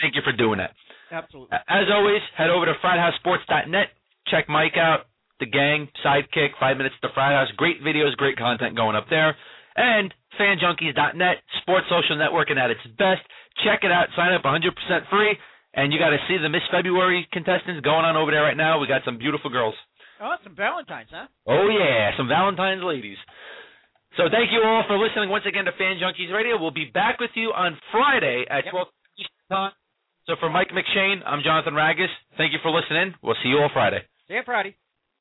B: thank you for doing that.
C: Absolutely.
B: As always, head over to FratHouseSports.net. Check Mike out, the gang, Sidekick, Five Minutes to Frat House. Great videos, great content going up there. And FanJunkies.net, sports social networking at its best. Check it out. Sign up 100% free. And you got to see the Miss February contestants going on over there right now. We got some beautiful girls.
C: Oh, some Valentine's, huh?
B: Oh yeah, some Valentine's ladies. So thank you all for listening once again to Fan Junkies Radio. We'll be back with you on Friday at
C: Yep.
B: 12 Eastern time. So for Mike McShane, I'm Jonathan Ragus. Thank you for listening. We'll see you all Friday.
C: See you Friday.